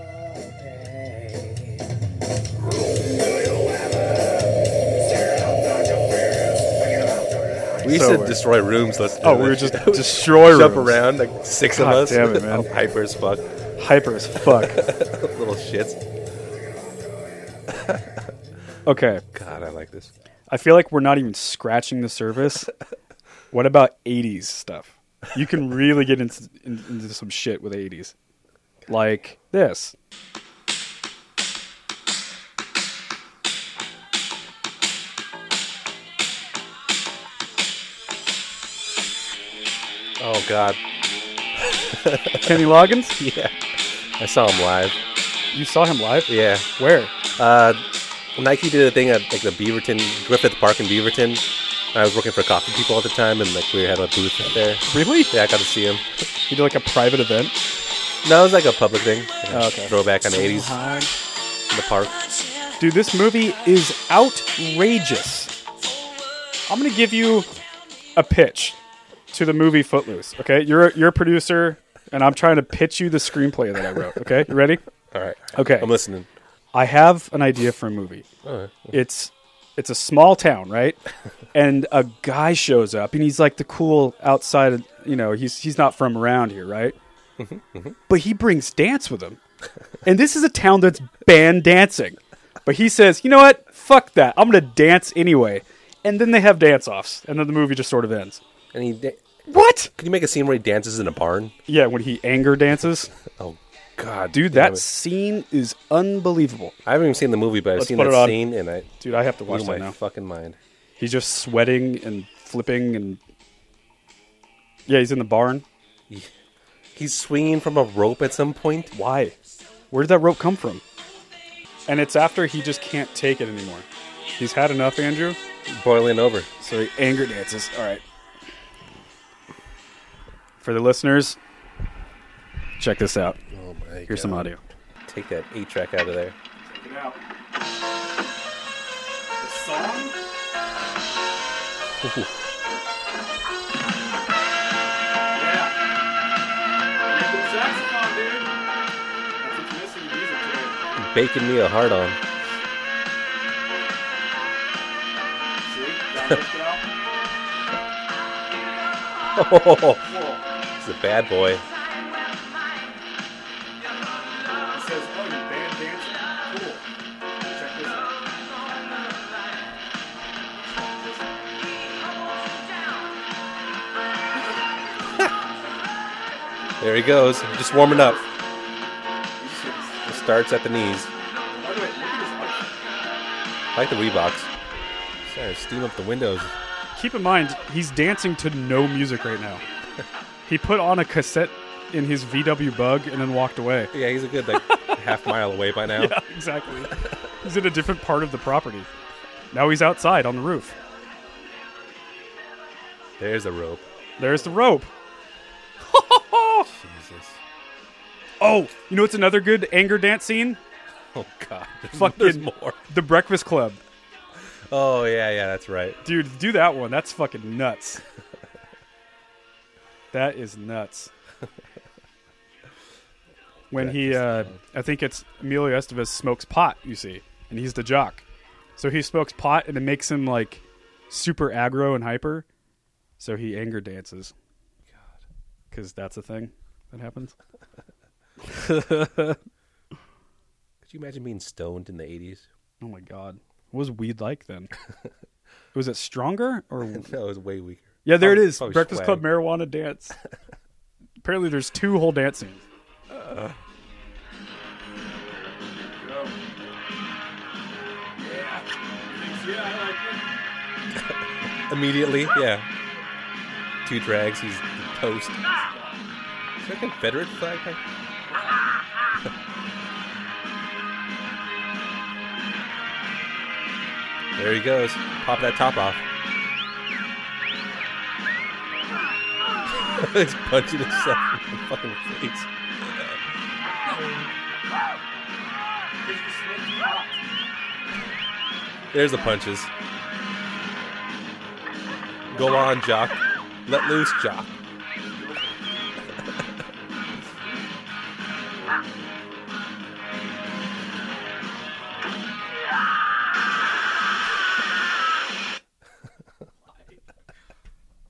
We used
So
to
weird.
destroy rooms. Let's
Oh, we would just destroy
jump
rooms.
around like six
God
of us.
damn it, man.
Hyper as fuck,
Hyper as fuck.
little shits.
Okay.
God, I like this.
I feel like we're not even scratching the surface. what about 80s stuff? You can really get into, in- into some shit with 80s. Like this.
Oh God.
Kenny Loggins?
Yeah. I saw him live.
You saw him live?
Yeah.
Where?
Uh, Nike did a thing at like the Beaverton Griffith Park in Beaverton. I was working for coffee people at the time, and like we had a booth out there.
Really?
Yeah, I got to see him.
You did like a private event?
No, it was like a public thing. Like, a
Oh, okay.
Throwback on the '80s in the park.
Dude, this movie is outrageous. I'm gonna give you a pitch to the movie Footloose. Okay, you're a, you're a producer, and I'm trying to pitch you the screenplay that I wrote. Okay, you ready?
All right.
Okay.
I'm listening.
I have an idea for a movie.
Oh,
It's it's a small town, right? and a guy shows up, and he's like the cool outside. You know, he's he's not from around here, right?
Mm-hmm,
But he brings dance with him, and this is a town that's banned dancing. But he says, you know what? Fuck that. I'm gonna dance anyway. And then they have dance offs, and then the movie just sort of ends.
And he da-
What?
Can you make a scene where he dances in a barn?
Yeah, when he anger dances.
Oh God,
Dude,
damn
that
it.
scene is unbelievable.
I haven't even seen the movie, but I've
Let's
seen
put
that
it on.
scene, and I
Dude, I have to watch
blew
that
Oh my
now.
fucking mind.
He's just sweating and flipping and yeah, he's in the barn.
He's swinging from a rope at some point.
Why? Where did that rope come from? And it's after he just can't take it anymore. He's had enough, Andrew.
Boiling over.
So he anger dances. All right. For the listeners, check this out.
Oh my
Here's some audio.
Take that eight track out of there.
Check it out. The song? Yeah. Read the saxophone, dude. That's what's missing in music today.
Baking me a hard on.
See? That worked out?
Oh,
Cool.
he's a bad boy.
It says, oh, you band dancing. Cool. Check this out.
There he goes. Just warming up.
You just get this-
It starts at the knees.
By the way, look at this outfit.
I like the Reeboks. Sorry, steam up the windows.
Keep in mind, he's dancing to no music right now. He put on a cassette in his VW Bug and then walked away.
Yeah, he's a good like half mile away by now.
Yeah, exactly. he's in a different part of the property. Now he's outside on the roof.
There's a rope.
There's the rope.
Jesus.
Oh, you know what's another good anger dance scene?
Oh God. There's,
Fucking-
there's more.
The Breakfast Club.
Oh yeah, yeah, that's right.
Dude, do that one. That's fucking nuts. that is nuts. When he, uh, I think it's Emilio Estevez smokes pot, you see, and he's the jock. So he smokes pot and it makes him like super aggro and hyper. So he anger dances. Because that's a thing that happens.
Could you imagine being stoned in the eighties?
Oh my God. What was weed like then? was it stronger or
No, it was way weaker.
Yeah, there
Probably-
it is.
probably
Breakfast
swag.
Club marijuana dance. Apparently, there's two whole dance scenes.
Go. Yeah. Thanks. Yeah, I like it.
Immediately, yeah. Two drags, he's toast. Is that a Confederate flag? hang- there he goes. Pop that top off. He's punching himself in the fucking face. There's the punches. Go on, Jock. Let loose, Jock.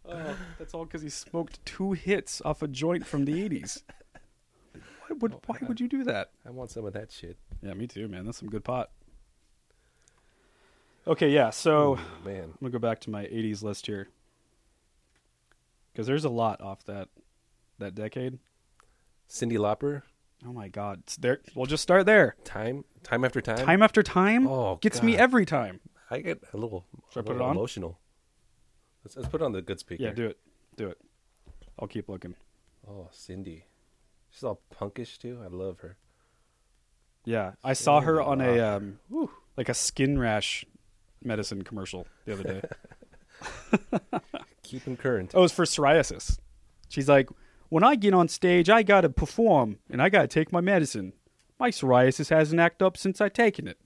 Oh, that's all because he smoked two hits off a joint from the 80s. Why would, why would you do that?
I want some of that shit.
Yeah, me too, man. That's some good pot. Okay, yeah. So
Ooh, man.
I'm gonna go back to my '80s list here because there's a lot off that that decade.
Cindy Lauper.
Oh my God! It's There, we'll just start there.
Time, time after time.
Time after time
Oh,
gets me
God.
every time.
I get a little,
Should I
a
put it
little
on?
emotional. Let's, let's put it on the good speaker.
Yeah, do it, do it. I'll keep looking.
Oh, Cindy. She's all punkish too. I love her.
Yeah, I saw her on a
Lauper.
um, like a skin rash medicine commercial the other day.
Keeping current.
oh, it was for psoriasis. She's like, when I get on stage, I gotta perform and I gotta take my medicine. My psoriasis hasn't acted up since I taken it.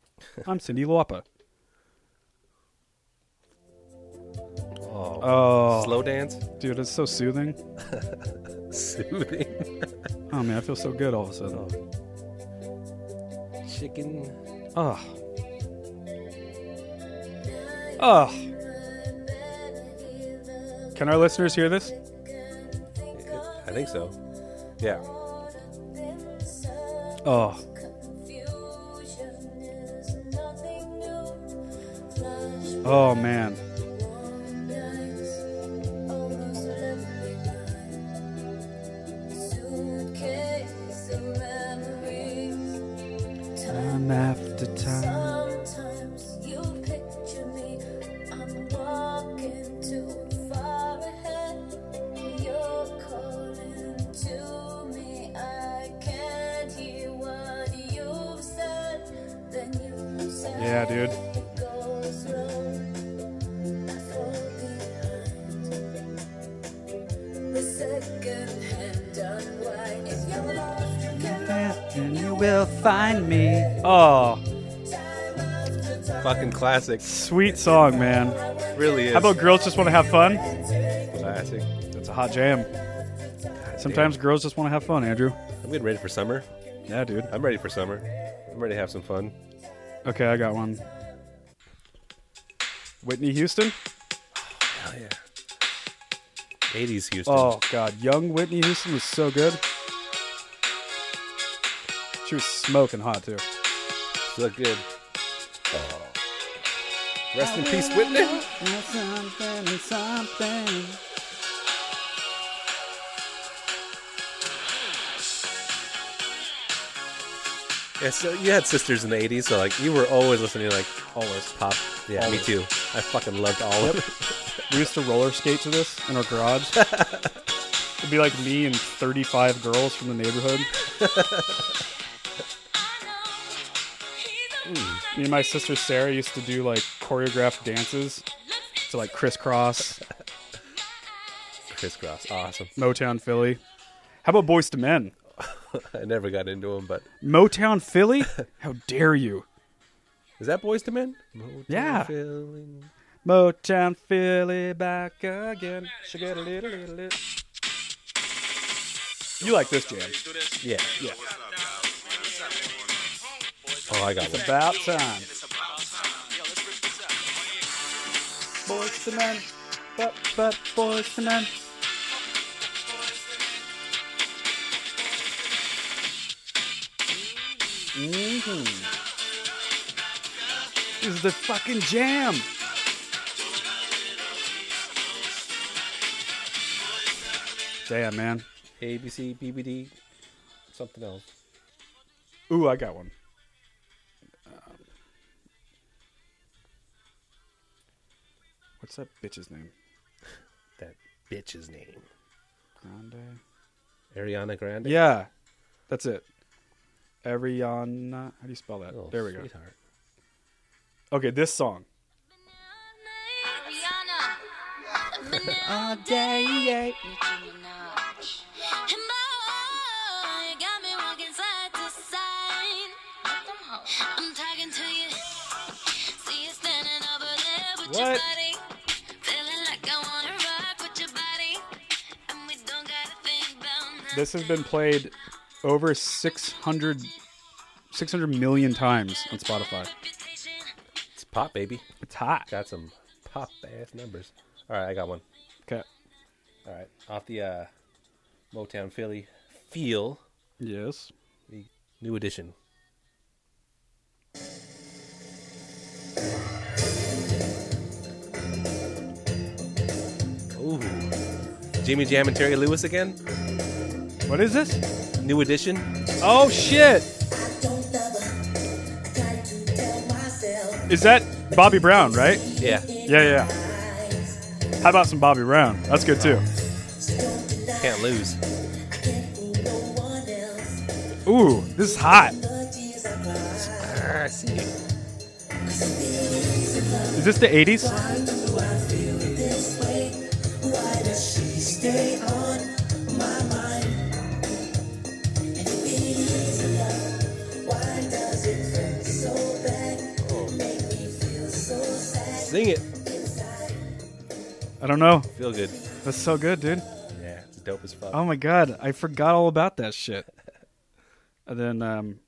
I'm Cindy Lauper.
Oh,
Oh,
slow dance,
dude, it's so soothing.
soothing. Oh.
Oh man, I feel so good all of a sudden.
Chicken.
Ugh. Ugh. Can our listeners hear this?
I think so. Yeah.
Oh. Oh man. Time after time.
Sometimes you picture me, I'm walking too far ahead. You're calling to me, I can't hear what you've said. Then you said
Yeah, dude.
it goes wrong. I fall behind. The second hand unwind is your love. You
And you will find me. Oh,
Fucking classic.
sweet song, man.
Really is.
How about girls just want to have fun?
classic?
That's a hot jam. Sometimes girls just want to have fun, Andrew.
I'm getting ready for summer.
Yeah, dude.
I'm ready for summer. I'm ready to have some fun.
Okay, I got one. Whitney Houston?
Hell yeah. 80s Houston.
Oh god, young Whitney Houston was so good. She was smoking hot too.
Look good. Rest in peace, Whitney.
Something, something.
Yeah, so you had sisters in the 80s, so like you were always listening to like always pop. Yeah, me
Always.
too. I fucking loved all of it.
We used to roller skate to this in our garage. It'd be like me and 35 girls from the neighborhood. Me and my sister Sarah used to do like choreographed dances to like crisscross,
Crisscross, awesome.
Motown Philly. How about Boys to Men?
I never got into them, but
Motown Philly? How dare you?
is that Boys to Men?
Yeah.
Feeling-
Motown Philly back again. You like this jam?
Yeah, yeah. Oh, I got one.
About time. Boys to men, but but boys to men. Mm-hmm. This is the fucking jam. Damn, man.
A B C B B D, something else.
Ooh, I got one. Um, what's that bitch's name?
That bitch's name,
Grande.
Ariana Grande.
Yeah, that's it. Ariana. How do you spell that?
Oh,
there we go.
sweetheart.
Okay, this song. All day.
I'm talking to you. See you standing over there with your
What?
body. Feeling like I wanna rock with your body. And we don't gotta think about nothing.
This has been played over 600, 600 million times on Spotify.
It's pop, baby.
It's hot.
Got some pop ass numbers. All right, I got one.
Okay.
All right, off the uh, Motown Philly feel,
Yes.
the new edition. Jimmy Jam and Terry Lewis again?
What is this?
New edition?
Oh shit! Is that Bobby Brown, right?
Yeah.
Yeah, yeah. How about some Bobby Brown? That's good too.
Can't lose.
Ooh, this is hot.
Ah, I see you.
Is this the 80s?
Sing it.
I don't know.
Feel good.
That's so good, dude.
Yeah, it's dope as fuck.
Oh my god, I forgot all about that shit. And then, um,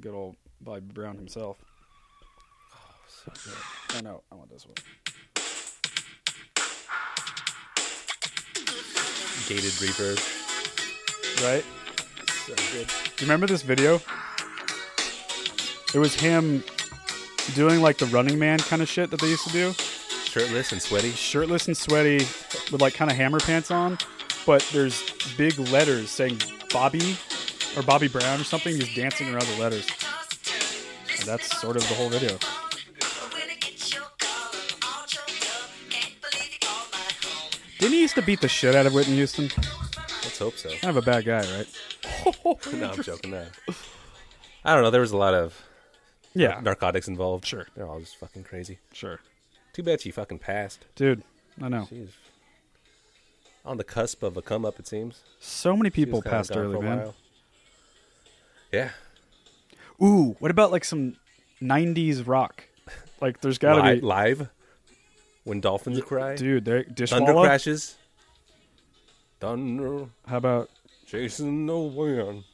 good old Bobby Brown himself. Oh, so good. I know. I want this one.
Gated reverb.
Right? So good. You remember this video? It was him doing like the running man kind of shit that they used to do.
Shirtless and sweaty.
Shirtless and sweaty with like kind of hammer pants on, but there's big letters saying Bobby or Bobby Brown or something. He's dancing around the letters. And that's sort of the whole video. Didn't he used to beat the shit out of Whitney Houston?
Let's hope so.
Kind of a bad guy, right?
no, I'm joking. No. I don't know. There was a lot of
Yeah,
narcotics involved.
Sure.
They're all just fucking crazy.
sure.
Too bad she fucking passed.
Dude, I know.
She's on the cusp of a come up, it seems.
So many
She was
people
kinda
passed
gone for
early,
a
man.
while. Yeah.
Ooh, what about like some 90s rock? Like, there's gotta be.
Li- live. When dolphins cry.
Dude, there.
Thunder
Dishwalla?
crashes. Thunder
How about.
chasing the wind.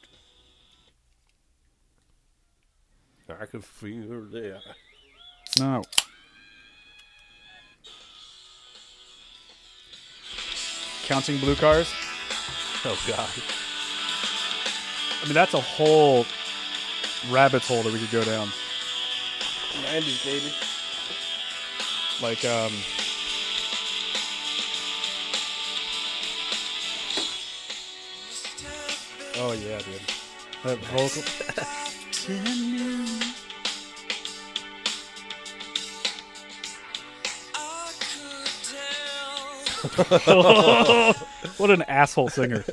I can feel that.
No. Counting blue cars?
Oh god.
I mean, that's a whole rabbit hole that we could go down.
Nineties, baby.
Like, um. Oh, yeah, dude. That vocal. what an asshole singer.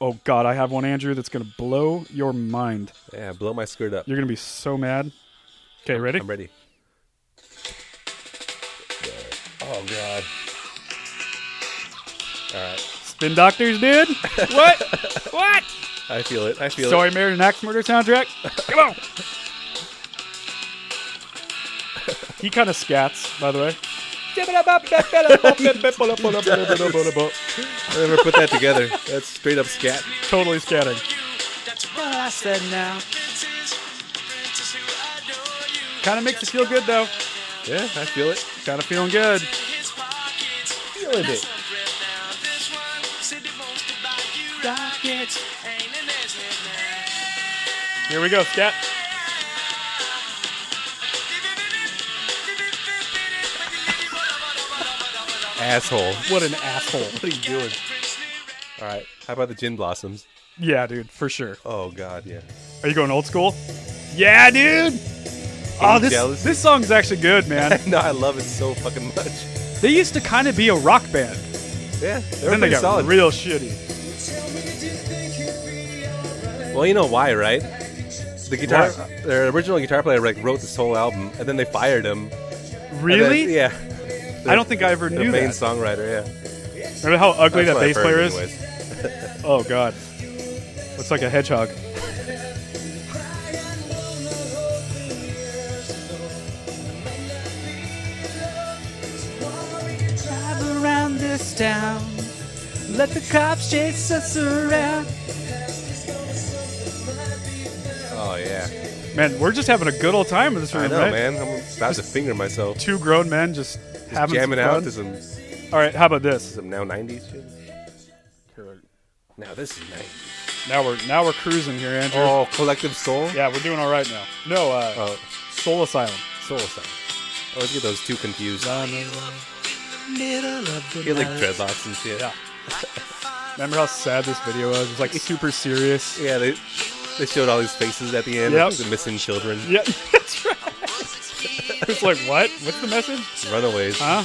Oh god, I have one Andrew that's going to blow your mind.
Yeah, blow my skirt up.
You're going to be so mad. Okay, ready?
I'm ready. Oh god.
Spin Doctors, dude. What? what?
I feel it. I feel
Sorry,
it.
Married and Axe Murder soundtrack. Come on. he kind of scats, by the way.
I never put that together. That's straight up scat.
totally scatting. Kind of makes it feel good though.
Yeah, I feel it.
Kind of feeling good.
Feeling it.
Here we go, scat.
Asshole.
What an asshole.
What are you doing? All right. How about the gin blossoms?
Yeah, dude, for sure.
Oh god, yeah.
Are you going old school? Yeah, dude. Oh,
you
this
jealous?
this song's actually good, man.
no, I love it so fucking much.
they used to kind of be a rock band,
Yeah, they were
then they
pretty
got
solid.
real shitty.
well, you know why, right? The guitar, their original guitar player, like wrote this whole album, and then they fired him. And then-
Really?
yeah.
I don't think I ever
The
knew
main
that.
songwriter, yeah.
Remember how ugly
That's what
that bass
I've heard
player is?
anyways.
Oh god, looks like a hedgehog.
Drive around this town. Let the cops chase us around.
Oh yeah.
Man, we're just having a good old time in this room,
I know,
right?
man. I'm about to finger myself.
Two grown men just,
Just
having
jamming
some
out
fun.
to some
All right, how about this?
some now '90s shit. Now this is '90s.
Now we're now we're cruising here, Andrew.
Oh, collective soul.
Yeah, we're doing all right now. No, uh,
Oh,
Soul Asylum.
soul song. I always get those two confused.
Running.
Middle of the
He had like
night.
dreadlocks and shit.
Yeah. Remember how sad this video was? It was like super serious.
Yeah, they they showed all his faces at the end.
Yep.
Like the missing children.
Yeah, that's right. it's like what? What's the message?
Runaways.
Huh?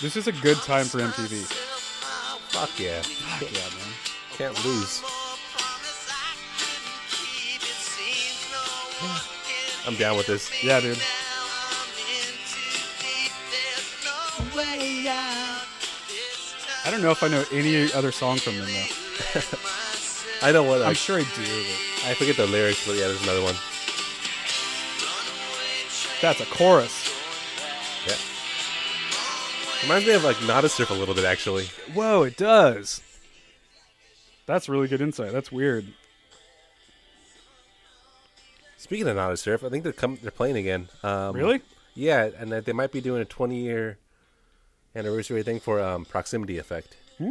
This is a good time for MTV.
Fuck yeah.
Fuck yeah, man.
Can't lose. I'm down with this.
Yeah, dude. I don't know if I know any other song from them though.
I know what
I'm
I,
sure I do. But
I forget the lyrics, but yeah, there's another one.
that's a chorus.
Yeah. Reminds me of like Not a Surf a little bit actually.
Whoa, it does. That's really good insight. That's weird.
Speaking of Not a Surf, I think they're come they're playing again. Um,
Really?
Yeah, and that they might be doing a 20 year anniversary thing for um, Proximity Effect. I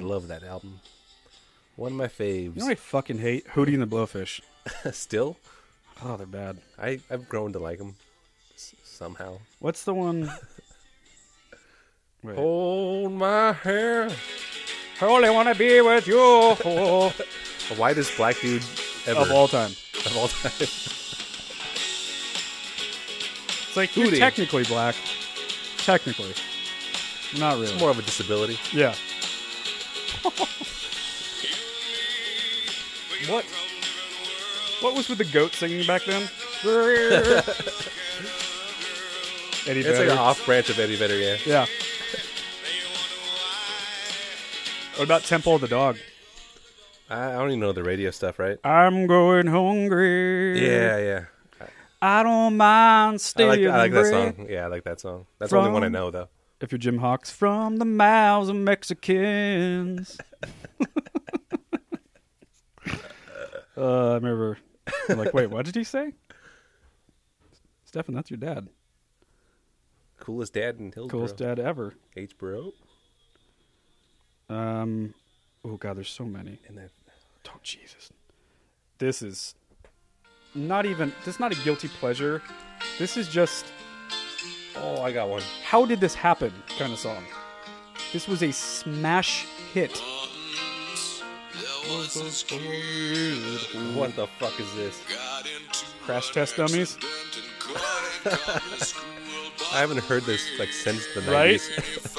love that album. One of my faves.
Hmm. You know what I fucking hate? Hootie and the Blowfish.
Still,
Oh, they're bad.
I I've grown to like them s- somehow.
What's the one? Wait.
Hold my hand.
I only want to be with you. of
The whitest black dude ever
all time.
Of all time.
It's like you're
Hootie.
technically black. Technically. Not really.
It's more of a disability.
Yeah. what? What was with the goat singing back then? Eddie
It's like
Vedder.
an off branch of Eddie Vedder, yeah.
Yeah. What about Temple of the Dog?
I, I don't even know the radio stuff, right?
I'm going hungry.
Yeah, yeah.
I don't mind
I
stealing
like I like that
bread
song. Yeah, I like that song. That's the only one I
From-
know though.
If you're Jim Hawks, from the mouths of Mexicans. uh, I remember. I'm like, wait, what did he say? Stefan, that's your dad.
Coolest dad in Hillsboro.
Coolest dad ever.
H bro.
Um, oh god, there's so many.
And then
Oh Jesus, this is not even. This is not a guilty pleasure. This is just
Oh, I got one.
how did this happen kind of song. This was a smash hit.
What the fuck is this?
Crash Test Dummies.
I haven't heard this like since the
Right?
nineties.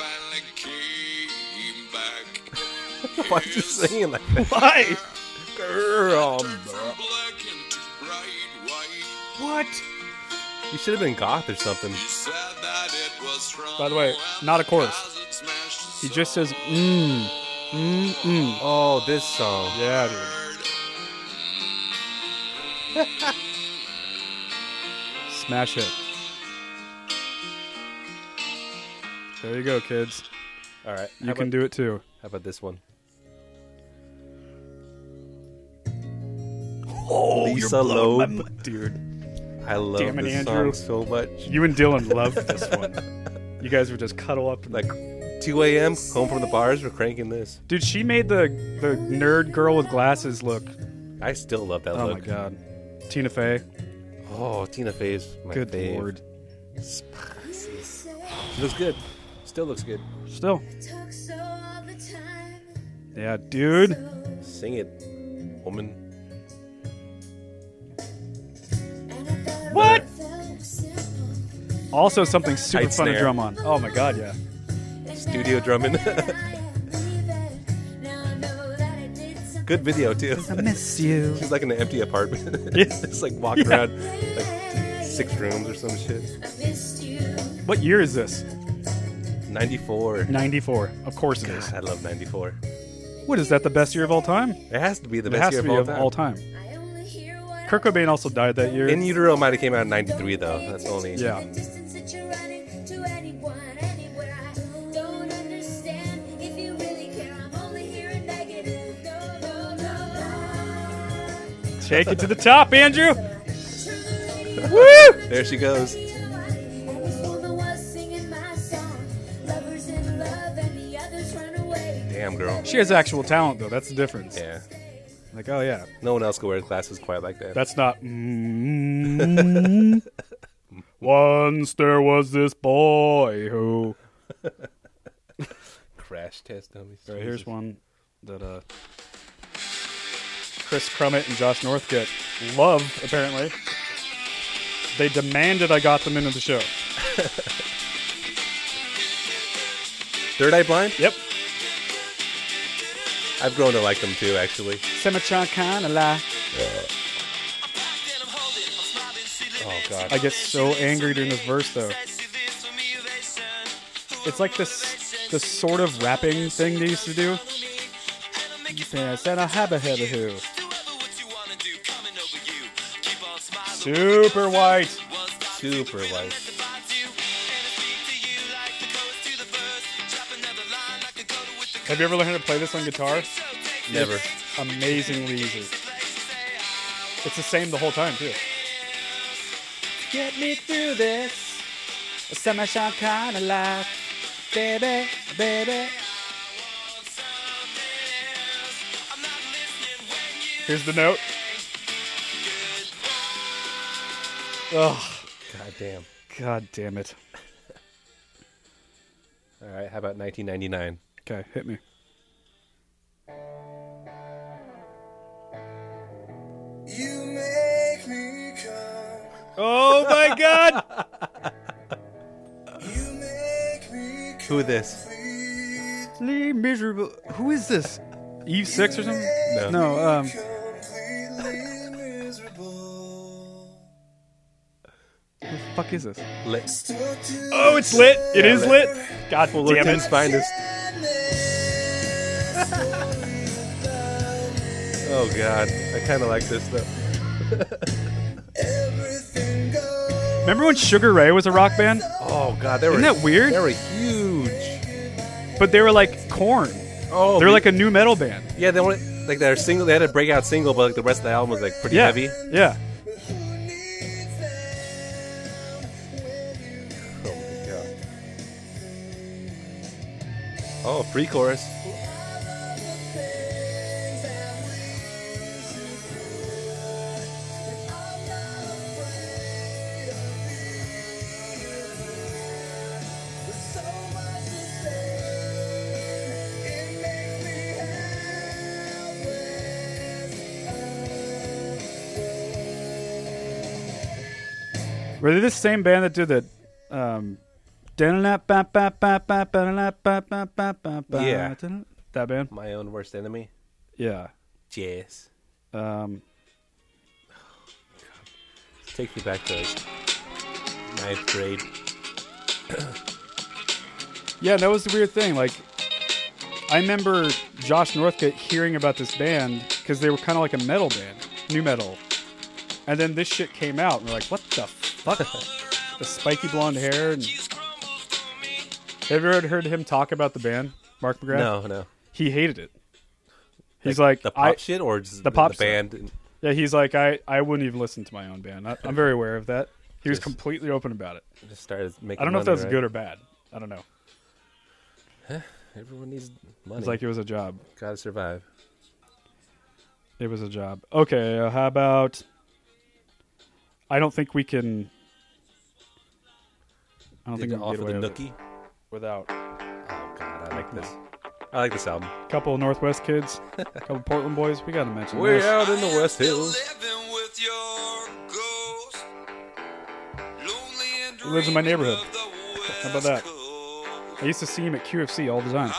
Why are you singing like that?
Why?
Girl, bro.
What?
you should have been goth or something.
By the way, not a chorus. He just says, mmm, mmm, mmm.
Oh, this song.
Yeah, dude. Smash hit. There you go, kids.
All right,
You
how
can
about,
do it too.
How about this one?
Oh,
Lisa Loeb.
dude.
I love
Damn it,
this
Andrew.
song so much.
You and Dylan loved this one. You guys would just cuddle up and
Like 2 a.m. home from the bars, we're cranking this.
Dude, she made the the nerd girl with glasses look.
I still love that
Oh my
look.
god. Tina Fey.
Oh, Tina Fey's my
Good
fave.
lord.
She looks good. Still looks good.
Still. Yeah, dude.
Sing it, woman.
What? Also, something super
Tight
fun to
snare.
drum on. Oh my god, yeah.
Studio drumming. good video too.
I miss you.
She's like in an empty apartment.
Yeah.
Just like walking around like six rooms or some shit.
What year is this?
94.
94. Of course it is.
I love 94.
What is that? The best year of all time?
It has to be the
it
best
has
year
to be
of all
of all
time.
time. Kurt Cobain also died that year.
In Utero might have came out in 93 though. That's the only.
yeah. Take it to the top, Andrew. Woo!
There she goes. Damn girl.
She has actual talent though. That's the difference.
Yeah.
Like, oh yeah,
No one else could wear glasses quite like that.
that's not. Mm, Once there was this boy who.
crash test dummies.
All right, here's one that uh, Chris Crummett and Josh North get love, apparently. They demanded I got them into the show.
Third Eye Blind.
Yep.
I've grown to like them too, actually.
Semitron kind of lie.
Oh god.
I get so angry during this verse though. It's like this this sort of rapping thing they used to do. Yes, and I have a head of who. Super white.
Super white.
Have you ever learned how to play this on guitar?
Never.
It's amazingly easy. It's the same the whole time too. Get me through this. A semi-shot kind of life. Baby, baby. Here's the note. Ugh.
God damn.
God damn it.
All right. How about 1999?
Okay, hit me.
You make me come.
Oh my god!
You make me
Who this?
Completely miserable. Who is this? Eve Six or something?
No.
um.
completely miserable.
Who the fuck is this?
Lit.
Oh, it's lit. It is lit. God damn
Fullerton's
it.
finest. oh god. I kind of like this though.
Remember when Sugar Ray was a rock band?
Oh god. They were,
Isn't that weird?
They were huge.
But they were like corn.
Oh.
They're
be-
like a new metal band.
Yeah. They were like their single. They had a breakout single, but like the rest of the album was like pretty
yeah.
heavy.
Yeah.
Oh my god. Oh, free chorus.
Were they the same band that did that? Um, yeah. That band?
My own worst enemy.
Yeah.
Yes.
Um,
Take me back to like, ninth grade.
Yeah, and that was the weird thing. Like, I remember Josh Northcutt hearing about this band because they were kind of like a metal band, new metal. And then this shit came out, and we're like, what the fuck? the spiky blonde hair. And... Have you ever heard him talk about the band, Mark McGrath?
No, no.
He hated it. He's like,
the
I-
pop shit or just
the pop shit.
band.
yeah, he's like, I, I wouldn't even listen to my own band. I, I'm very aware of that. He was
Just-
completely open about it.
Just started making.
I don't know if
money,
that's
right?
good or bad. I don't know.
Everyone needs money.
It's like it was a job.
gotta survive.
It was a job. Okay, uh, how about? I don't think we can. I don't
Did
think
you
we can
offer
get
the
away with it
nookie?
without
Oh god, I like this. I like this album.
a couple of Northwest kids, a couple of Portland boys. We gotta mention
Way
this.
out in the West Hills.
He lives in my neighborhood. How about that? I used to see him at QFC all the time.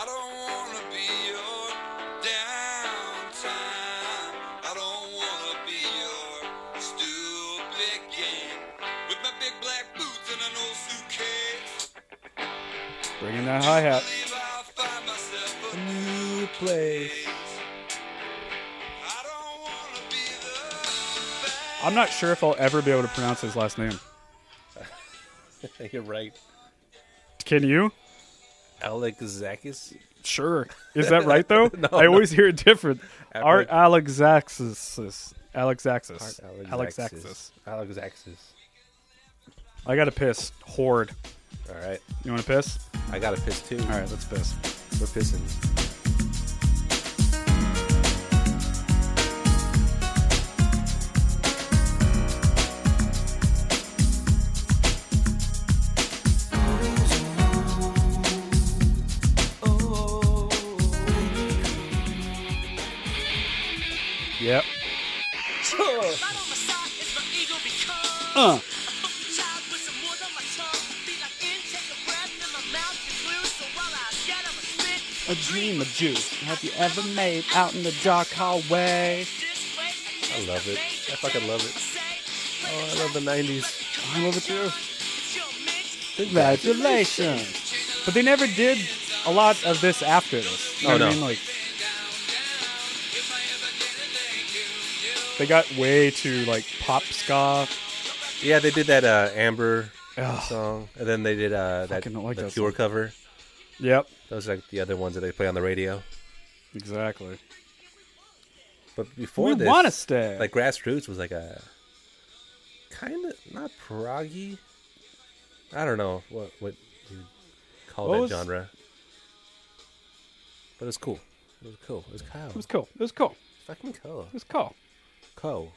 Bringing that hi hat.
New place.
I'm not sure if I'll ever be able to pronounce his last name.
You're right.
Can you?
Alex Zakis.
Sure. Is that right though?
No,
I
no.
always hear it different. Art
Art-
Alexaxis. Alexaxis. Alexaxis.
Alex Zakis.
I gotta piss. Horde.
All right.
You wanna piss?
I gotta piss too.
All right, let's piss.
We're pissing.
Yep.
Uh.
A dream of juice. Have you ever made out in the dark hallway?
I love it. I fucking love it. Oh, I love the 90s.
I love it too.
Congratulations.
But they never did a lot of this after this. You know
Oh,
what I
no.
mean? Like, they got way too like pop ska.
Yeah, they did that uh, Amber song, and then they did uh, that the
that
Cure cover.
Yep,
those are like the other ones that they play on the radio.
Exactly.
But before
We
this,
wanna stay.
Like grassroots was like a kind of not proggy. I don't know what what you call
What
that
was-
genre, but it's cool. It was cool. It was cool.
It was cool. It was cool.
Fucking cool. It
was cool.
Cool.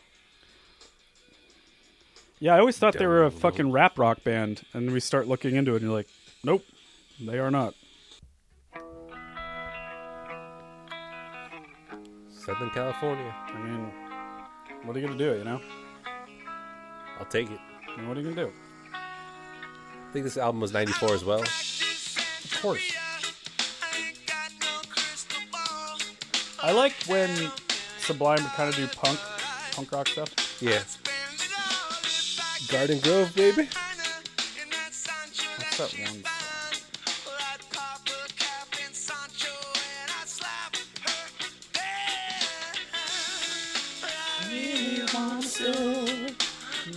Yeah, I always thought they were a fucking rap rock band, and we start looking into it, and you're like, nope, they are not.
Southern California.
I mean, what are you gonna do? You know?
I'll take it.
what are you gonna do?
I think this album was '94 as well.
Of course. I like when Sublime would kind of do punk, punk rock stuff.
Yeah. Garden Grove, baby.
What's that one?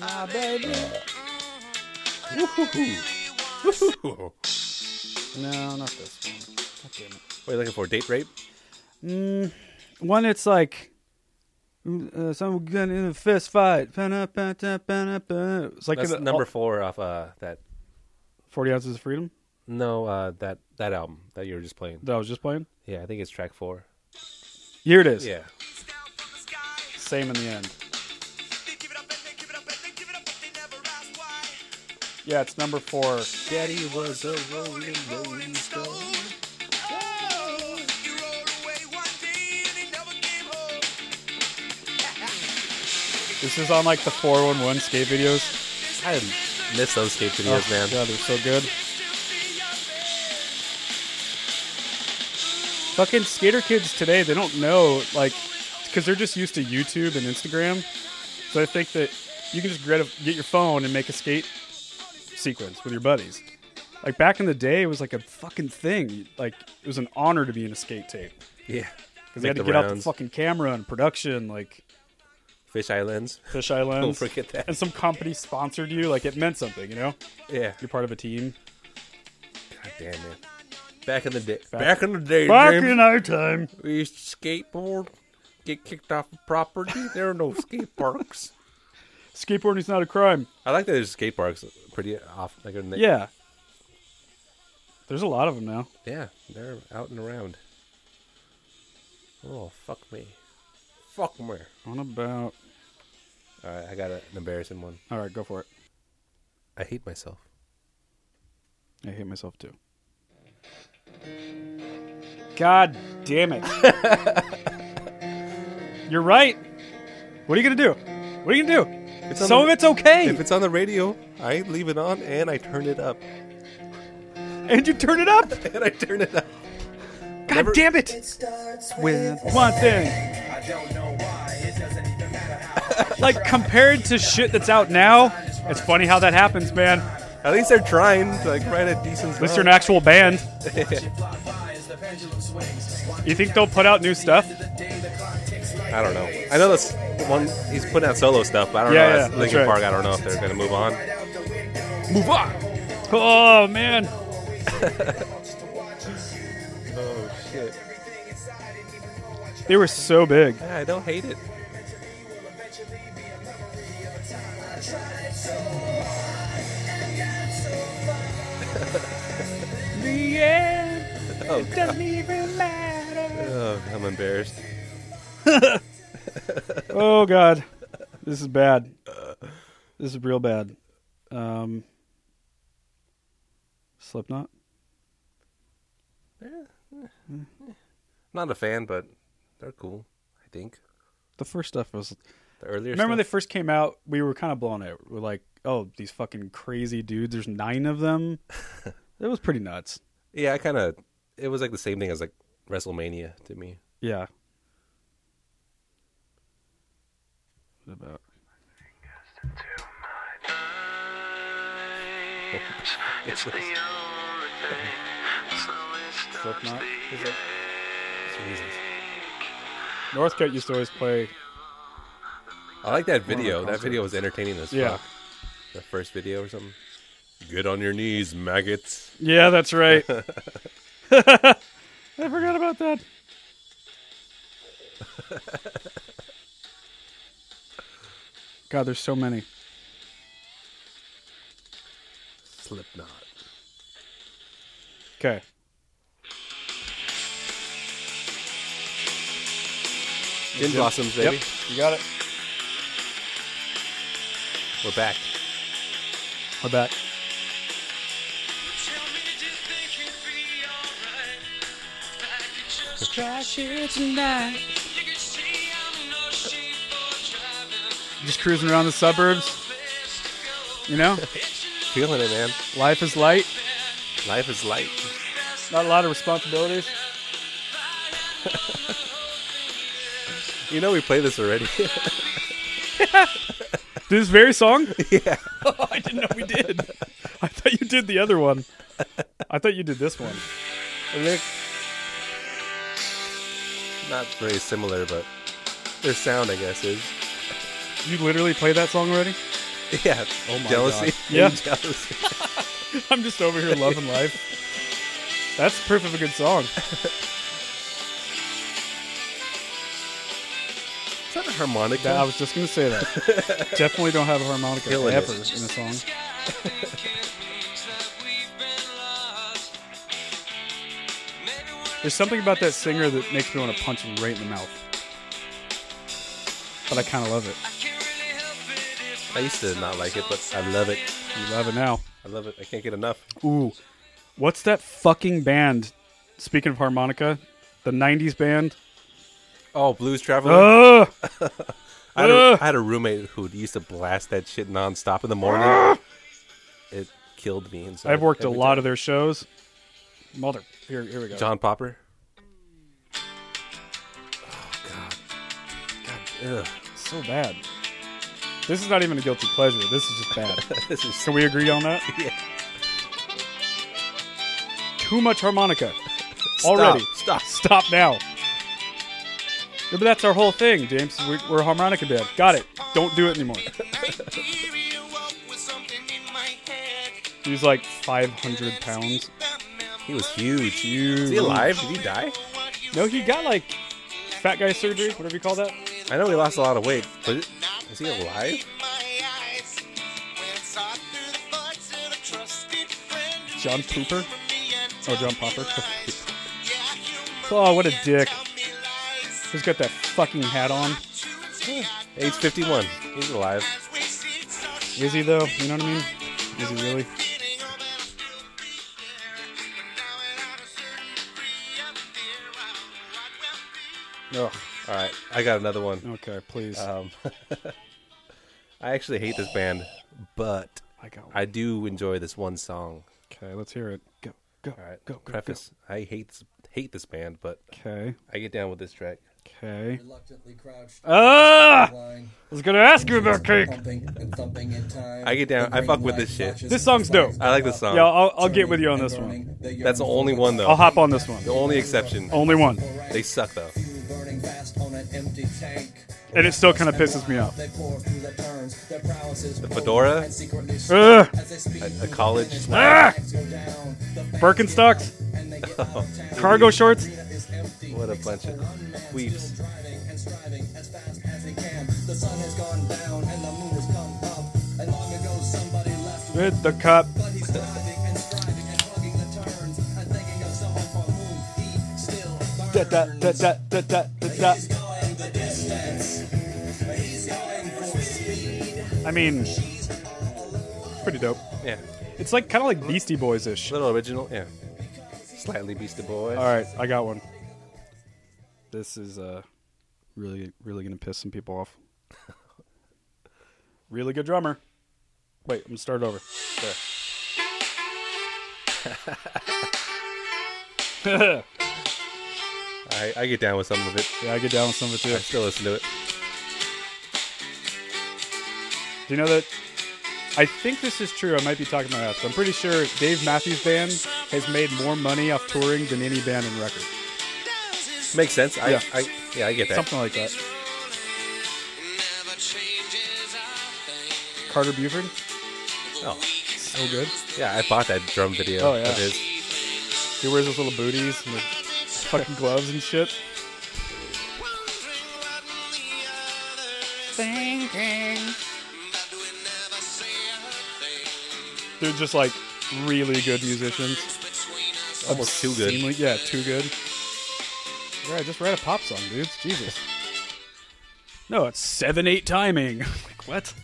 My baby.
Woohoo.
No, not this one. God damn it.
What are you looking for? Date rape?
Mm, one that's like uh, some gun in a fist fight. Ba-na-ba-da-ba-na-ba. It's like
That's
the-
number
all-
four off uh, that.
Forty ounces of freedom.
No, uh, that that album that you were just playing.
That I was just playing.
Yeah, I think it's track four.
Here it is.
Yeah.
Same in the end. Yeah, it's number four.
Daddy was a rolling, rolling stone. Oh,
This is on like the 411 skate videos. oh,
I miss those skate videos, man.
God, they're so good. Fucking skater kids today, they don't know, like, because they're just used to YouTube and Instagram. So I think that you can just get, a, get your phone and make a skate sequence with your buddies. Like, back in the day, it was like a fucking thing. Like, it was an honor to be in a skate tape.
Yeah.
Because they had to
Make the
get out the
rounds.
fucking camera and production. Like,
Fish Islands.
Fish Islands.
Don't forget that.
And some company sponsored you. Like it meant something, you know?
Yeah.
You're part of a team.
God damn it. Back in the day. Back,
Back-
in the day.
Back
James,
in our time.
We used to skateboard, get kicked off the property. There are no skate parks.
Skateboarding's not a crime.
I like that there's skate parks pretty off. Like, in the-
Yeah. There's a lot of them now.
Yeah. They're out and around. Oh, fuck me. Fuck me.
On about.
All right, I got a- an embarrassing one.
All right, go for it.
I hate myself.
I hate myself too. God damn it. You're right. What are you going to do? What are you going to do?
on
Some
the-
of it's okay.
If it's on the radio, I leave it on and I turn it up.
And you turn it up.
and I turn it up.
God damn it. With one thing. like compared to shit that's out now, it's funny how that happens, man.
At least they're trying to like write a decent.
At least
Uh.
they're an actual band. You think they'll put out new stuff?
I don't know. I know this one. He's putting out solo stuff, but I don't
Yeah,
know.
yeah,
that's
that's
Linkin
right.
Park. I don't know if they're gonna move on.
Move on. Oh man.
Oh shit!
They were so big.
Yeah, I don't hate it.
The end.
Oh,
it doesn't even matter.
Oh, I'm embarrassed.
Oh god. This is bad. This is real bad. Um Slipknot?
Not a fan, but they're cool. I think.
The first stuff was
the earlier.
Remember when they
stuff?
first came out, we were kind of blown out. We're like, oh, these fucking crazy dudes. There's nine of them. it was pretty nuts.
Yeah, I kind of. It was like the same thing as like WrestleMania to me.
Yeah. What about?
It's the uh, only thing. So it stops
Slipknot,
the
is it?
Jesus.
Northcutt used to always play.
I like that
One of
video.
the
That video was entertaining as
Yeah.
fuck. The first video or something. Get on your knees, maggots.
Yeah, that's right. I forgot about that. God, there's so many.
Slipknot.
Okay.
Gin
Yep.
Blossoms, baby.
Yep, you got it.
We're back.
We're back.
Crash here tonight.
Just cruising around the suburbs. You know?
Feeling it, man.
Life is light.
Life is light.
Not a lot of responsibilities.
You know we played this already.
This very song?
Yeah.
I didn't know we did. I thought you did the other one. I thought you did this one.
Look. Not very similar, but their sound, I guess, is.
You literally played that song already?
Yeah.
Oh my
Jealousy.
God. Yeah.
Jealousy.
I'm just over here loving life. That's proof of a good song.
Is that a harmonica?
That- I was just gonna say that. Definitely don't have a harmonica
Killing it.
ever in a song. There's something about that singer that makes me want to punch him right in the mouth. But I kind of love it.
I used to not like it, but I love it.
You love it now.
I love it. I can't get enough.
Ooh, what's that fucking band? Speaking of harmonica, the '90s band.
Oh, Blues Traveler.
Ugh.
I, had a,
Ugh.
I had a roommate who used to blast that shit nonstop in the morning. it killed me. inside
I've worked a
every
lot
time.
of their shows. Mother, here, here we go.
John Popper. Oh God. God.
so bad. This is not even a guilty pleasure. This is just bad.
Ugh. this is
Can we agree on that?
Yeah.
Too much harmonica.
Stop,
Already.
stop.
Stop now. Yeah, but that's our whole thing, James. We're, we're a harmonica band. Got it. Don't do it anymore. he was like 500 pounds.
He was huge.
Huge.
Is he alive? Did he die?
No, he got like fat guy surgery, whatever you call that.
I know he lost a lot of weight, but is he alive?
John Pooper. Oh, John Popper. oh, what a dick. He's got that fucking hat on.
Age 51. He's alive.
Is he though? You know what I mean? Is he really? Ugh.
All right. I got another one.
Okay, please.
Um, I actually hate this band, but
I got one.
I do enjoy this one song.
Okay, let's hear it. Go, go,
All right.
go, go.
Preface. I hate this, hate this band, but
Okay,
I get down with this track.
okay.
Reluctantly crouched.
Ah!
Line,
I was gonna ask you about cake.
pumping and thumping in time.
I get down-
The
I
green
fuck with
light
this shit.
flashes
This
and
song's
fires
dope.
I like this
up.
song.
Yeah, I'll, I'll get with you on this one.
Burning, yearn
That's the
for
only one though.
I'll hop on this one.
The only exception.
Only one.
They suck though.
fuel burning fast on an empty tank.
And it still kind of pisses me off.
They pour through the turns, their prowess is
The
bold
fedora?
and secretly
Ugh.
as they speed
A, a
through the
college.
finish
Slam.
Ah!
Lights go down, the fans
Birkenstocks,
get up, and they get out of town.
cargo shorts.
Arena is empty,
What a
except
bunch
for
of
one man still
weeps.
driving and striving as fast as he can. The sun has gone down and the moon has come up. And long ago somebody left
With the cup.
but he's driving and striving and hugging the turns and thinking of someone for whom he still burns.
Da, da, da, da, da, da, da, da.
He's going the distance. He's going for speed.
I mean, it's pretty dope.
Yeah.
It's like kind of like Beastie Boys ish. All
Little original. Yeah. Slightly Beastie Boy.
right, I got one. This is uh, Really, really gonna piss some people off. really good drummer. Wait, I'm gonna start over. There.
I, I get down with some of it.
Yeah, I get down with some of it too.
I still listen to it.
Do you know that? I think this is true. I might be talking my ass, but I'm pretty sure Dave Matthews Band has made more money off touring than any band in record.
Makes sense. I,
Yeah.
I yeah, I get that.
Something like that. Carter Buford.
Oh,
so good.
Yeah, I bought that drum video.
Oh, yeah.
of his.
He wears those little booties and the fucking gloves and shit.
Thinking.
They're just like really good musicians.
Almost too good.
Obscenely- Yeah, too good. Yeah, I just write a pop song, dudes. Jesus. No, it's seven eight timing. like what?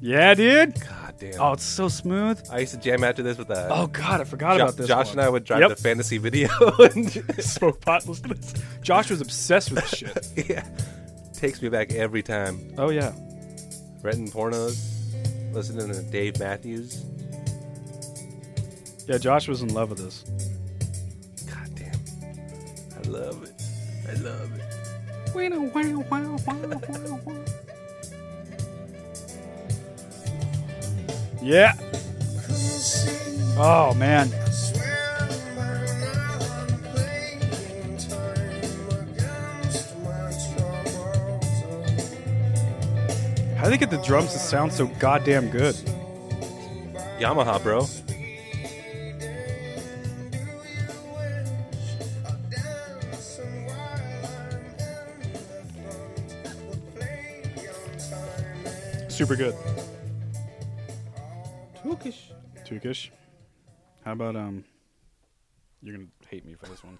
Yeah, dude.
God damn.
Oh, it's so smooth.
I used to jam after this with a.
Oh, God, I forgot
Jo-
about this
Josh
one.
and I would drive
Yep.
the fantasy video and
smoke pot. Listen to this. Josh was obsessed with this shit.
yeah, takes me back every time.
Oh yeah.
Renting pornos, listening to Dave Matthews.
Yeah, Josh was in love with this.
God damn, I love it. I love it.
Yeah. Oh man. How do they get the drums to sound so goddamn good?
Yamaha, bro.
Super good. Tukish. Tukish. How about um? You're gonna hate me for this one.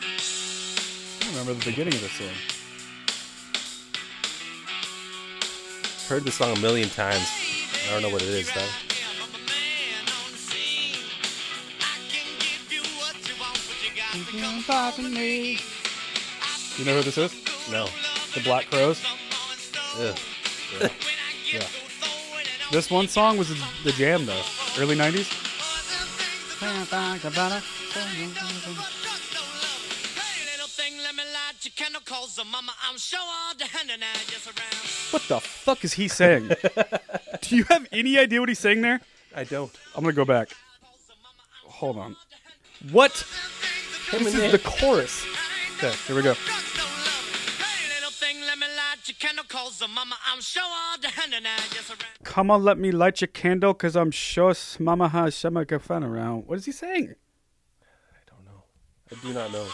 I remember the beginning of this song.
Heard this song a million times. I don't know what it is though.
You know who this is?
No.
The Black Crows.
Ugh.
Yeah. This one song was the jam though. Early '90s. What the fuck is he saying? Do you have any idea what he's saying there?
I don't.
I'm gonna go back. Hold on. What? this is the chorus. Okay, here we go. Come on, let me light your candle, cause I'm sure s- Mama has some a good fun around. What is he saying?
I do not know.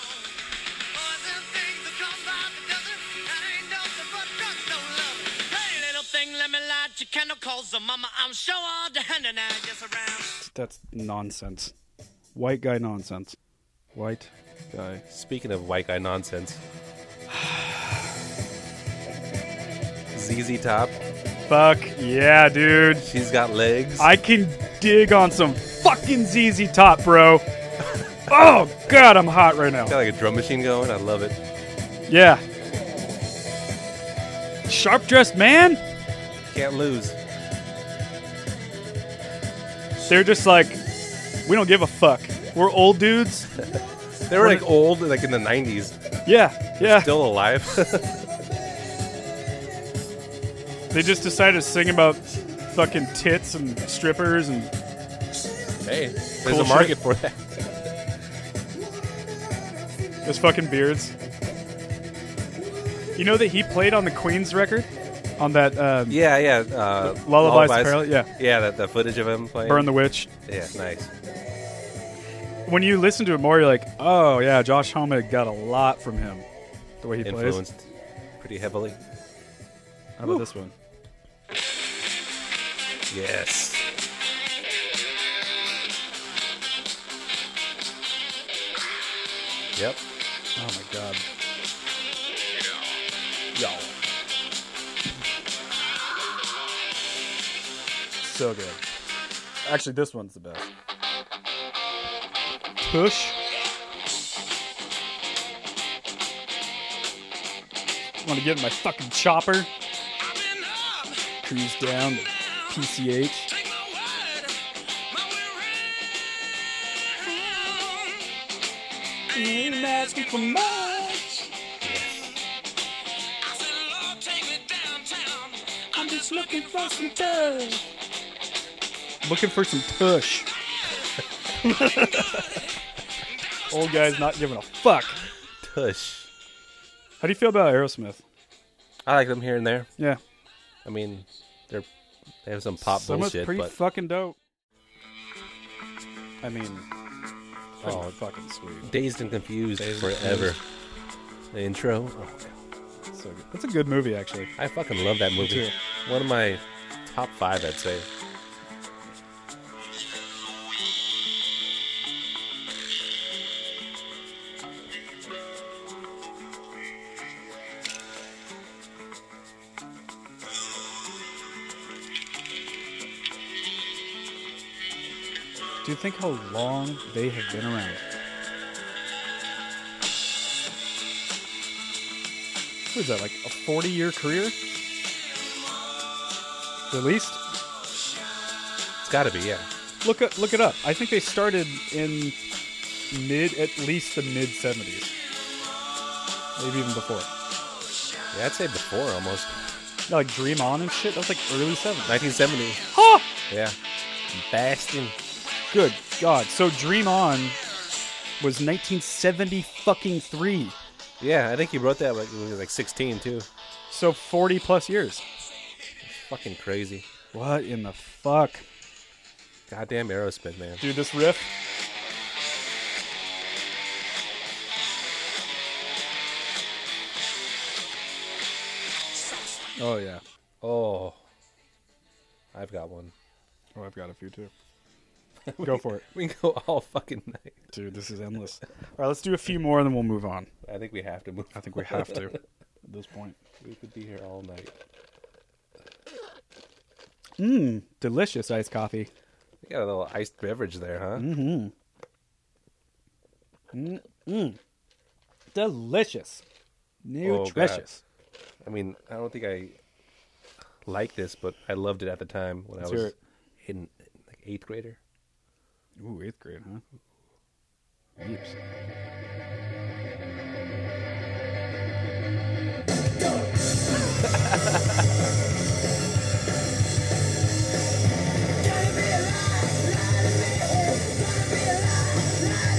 That's nonsense. White guy nonsense. White guy.
Speaking of white guy nonsense, ZZ Top.
Fuck yeah, dude.
She's got legs.
I can dig on some fucking ZZ Top, bro. oh god, I'm hot right now.
Got like a drum machine going. I love it.
Yeah. Sharp dressed man?
Can't lose.
They're just like, we don't give a fuck. We're old dudes.
They were like old, like in the '90s.
Yeah, yeah.
Still alive.
They just decided to sing about fucking tits and strippers and
hey, there's
Cool
a market
shit.
for that.
his fucking beards. You know that he played on the Queen's record? On that um,
Yeah, yeah. Uh,
Lullabies to Paralysis, yeah.
yeah. That the footage of him playing.
Burn the Witch.
Yeah, nice.
When you listen to it more, you're like, oh yeah, Josh Homme got a lot from him. The way he plays.
Influenced pretty heavily.
How about this one?
Yes. Yep.
Oh my god.
Yo.
So good. Actually, this one's the best. push. Want to get in my fucking chopper. Cruise down the PCH.
Ain't asking for much. I'm just looking for some touch.
Looking for some push. Old guy's not giving a fuck.
Tush.
How do you feel about Aerosmith?
I like them here and there.
Yeah.
I mean, they're they have some pop
Some of it's
bullshit,
pretty
but
fucking dope. I mean, pretty
Oh.
fucking sweet.
dazed and confused
Dazed and
forever. The intro. Oh, God.
So good. That's a good movie, actually.
I fucking love that
Me
movie. One of my top five, I'd say.
Do you think how long they have been around? What is that, like a 40 year career? At least?
It's got to be, yeah.
Look, it- look it up. I think they started in mid, at least the mid 70s. Maybe even before.
Yeah, I'd say before almost
No, like Dream On and shit. That was like early 70s.
1970.
Huh!
Yeah, Bastin.
Good God. So Dream On was 1970 fucking three.
Yeah, I think he wrote that like when he was like 16 too.
So 40 plus years.
Fucking crazy.
What in the fuck?
Goddamn Aerosmith, man.
Dude, this riff. Oh, yeah.
Oh, I've got one.
Oh, I've got a few too. Go for it.
We can go all fucking night.
Dude, this is endless. All right, let's do a few more and then we'll move on.
I think we have to move.
I think we have to at this point.
we could be here all night.
Mmm, delicious iced coffee.
We got a little iced beverage there, huh?
Mm hmm. Mm mm. Delicious.
Oh, God.
Nutritious.
I mean, I don't think I like this, but I loved it at the time when
Let's
I
hear
was
it.
in like eighth grader.
Oh, Ooh, eighth grade, huh? Yeeps.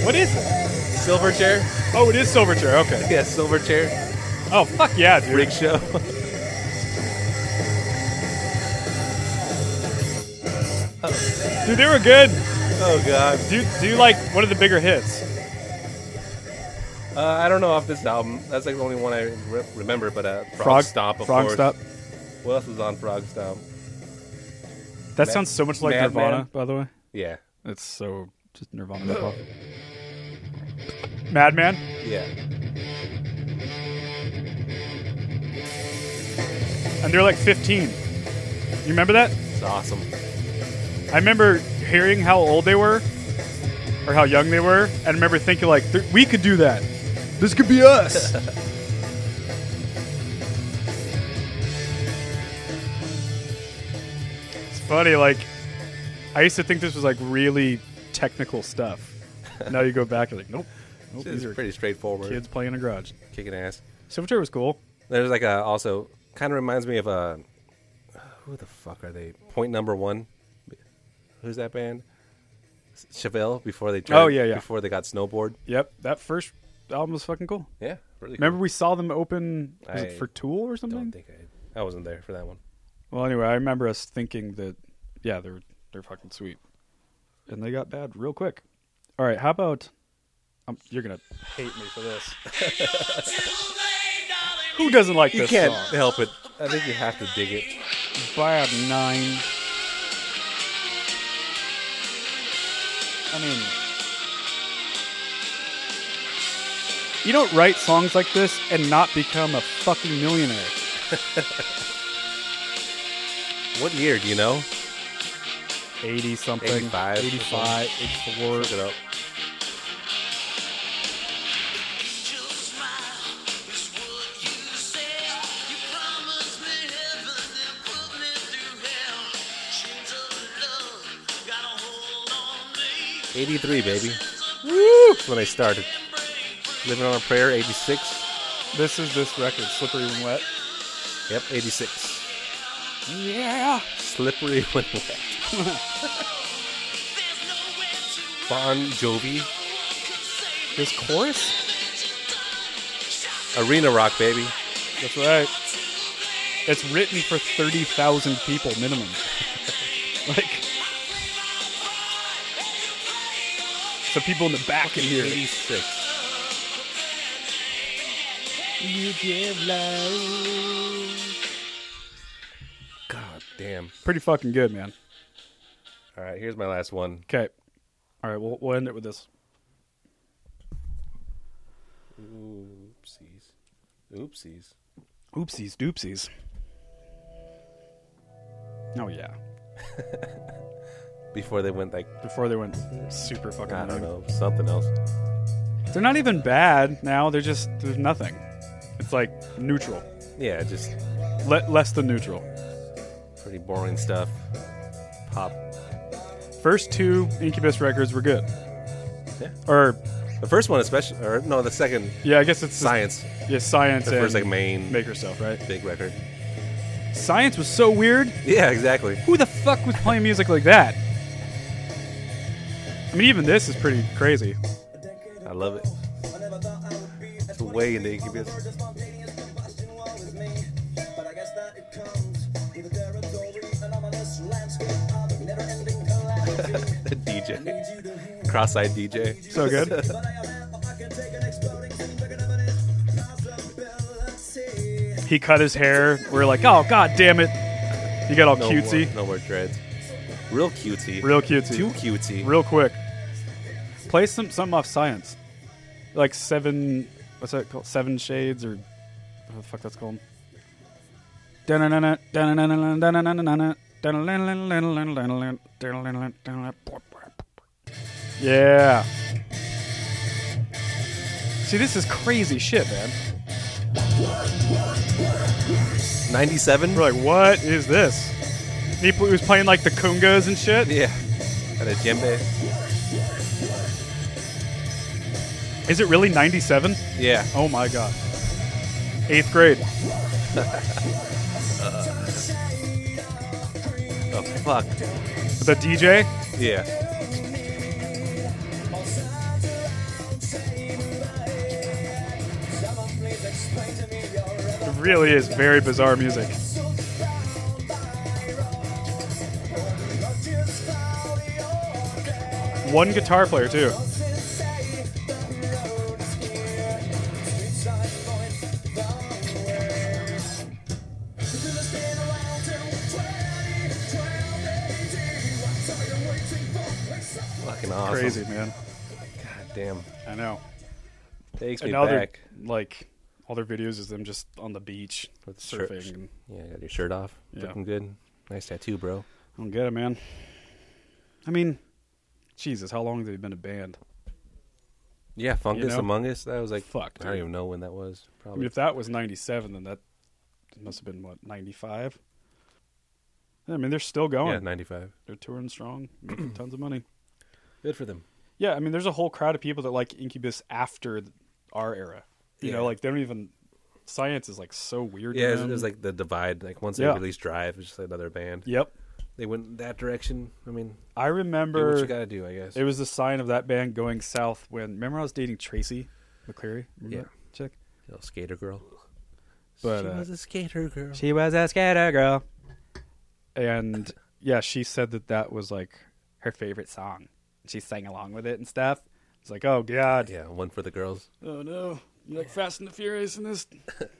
What is it?
Silverchair.
Oh, it is Silverchair. Okay.
Yeah, Silverchair.
Oh, fuck yeah, dude.
Freak show.
Dude, they were good.
oh God.
Do do you like one of the bigger hits?
Uh, I don't know off this album. That's like the only one I re- remember. But uh, Frog,
Frog-
Stomp. Of
Frog
course.
Stomp.
What else was on Frog Stomp?
That
Mad-
sounds so much like
Madman?
Nirvana, by the way.
Yeah.
It's so just Nirvana. ripoff. Madman.
Yeah.
and they're like 15. You remember that?
It's awesome.
I remember hearing how old they were or how young they were, and I remember thinking like, "Th- we could do that. This could be us. it's funny, like I used to think this was like really technical stuff. now you go back and like, nope, nope.
This
These
is
are
pretty straightforward.
kids playing in a garage.
Kicking ass.
Silverchair was cool.
There's like a also kind of reminds me of a who the fuck are they? Point number one. Who's that band? Chevelle before they turned,
Oh, yeah, yeah.
before they got snowboard.
Yep, that first album was fucking cool.
Yeah, really.
Remember we saw them open was
I
it for Tool or
cool.
something?
Don't think I, I wasn't there for that one.
Well, anyway, I remember us thinking that yeah, they're they're fucking sweet, and they got bad real quick. All right, how about um, you're gonna hate me for this? Who doesn't like
You
this
can't
song?
help it. I think you have to dig it.
Bab nine. I mean, you don't write songs like this and not become a fucking millionaire.
What year do you know?
80 something.
85.
85, 84.
Look it up. 83, baby.
Woo! That's
when I started. Living on a Prayer, 86.
This is this record, Slippery When Wet.
Yep, 86.
Yeah.
Slippery When Wet. Bon Jovi.
This chorus?
Arena rock, baby.
That's right. It's written for 30,000 people minimum. like, some people in the back can hear it.
86.
You give
God damn.
Pretty fucking good, man.
All right, here's my last one.
Okay. All right, we'll, we'll end it with this.
Oopsies. Oopsies.
Oopsies doopsies. Oh, yeah.
Before they went like,
Before they went super fucking
I don't
annoying.
know, something else.
They're not even bad now. They're just, there's nothing. It's like neutral.
Yeah, just
Le- less than neutral.
pretty boring stuff. Pop.
First two Incubus records were good.
Yeah.
Or,
The first one, especially, or no, the second,
yeah, I guess it's
Science.
yeah, science
The first,
and
like, main
Make Yourself, right?
big record.
Science was so weird.
Yeah, exactly.
Who the fuck was playing music like that? I mean, even this is pretty crazy.
I love it. It's way into Incubus. the DJ. Cross-eyed DJ.
So good. he cut his hair. We are like, oh god damn it. He got all
no
cutesy,
More, no more dreads. Real cutesy.
Oh, Real cutesy.
Too cutesy.
real quick. Play some something off science, like seven. What's that called? Seven Shades or what the fuck that's called? Yeah. See, this is crazy shit, man.
97?
We're like, what is this? He pl- was playing like the kungas and shit.
Yeah. And a djembe.
Is it really 97?
Yeah.
Oh my god. Eighth grade.
The fuck?
The DJ?
Yeah.
It really is very bizarre music. One guitar player, too.
Fucking awesome.
Crazy, man.
God damn.
I know.
Takes me
And now they're
back.
like, all their videos is them just on the beach
With shirt-
surfing. and-
Yeah, got your shirt off.
Yeah.
Looking good. Nice tattoo, bro.
I don't get it, man. I mean, Jesus, how long have they been a band?
Yeah, Fungus
know?
Among Us. That was like,
Fuck,
I don't
dude.
even know when that was.
I mean,
Probably.
if that was 97, then that must have been, what, 95? I mean, they're still going.
yeah, 95.
They're touring strong, making tons of money.
Good for them.
Yeah, I mean, there's a whole crowd of people that like Incubus after th- our era. You
Yeah.
know, like they don't even. Science is like so weird. to
Yeah, it was, it
them.
was like the divide. Like once they
Um, Yeah.
released Drive, it was just another band.
Yep,
They went that direction. I mean,
I
do what
remember.
you gotta do, I guess.
It was the sign of that band going south when. Remember, I was dating Tracy McCleary. Remember
Yeah.
that chick.
Little skater girl.
But
she
uh,
was a skater girl.
She was a skater girl. And yeah, she said that that was like her favorite song. She sang along with it and stuff. It's like, oh god,
yeah, one for the girls.
oh no, you like Fast and the Furious in this?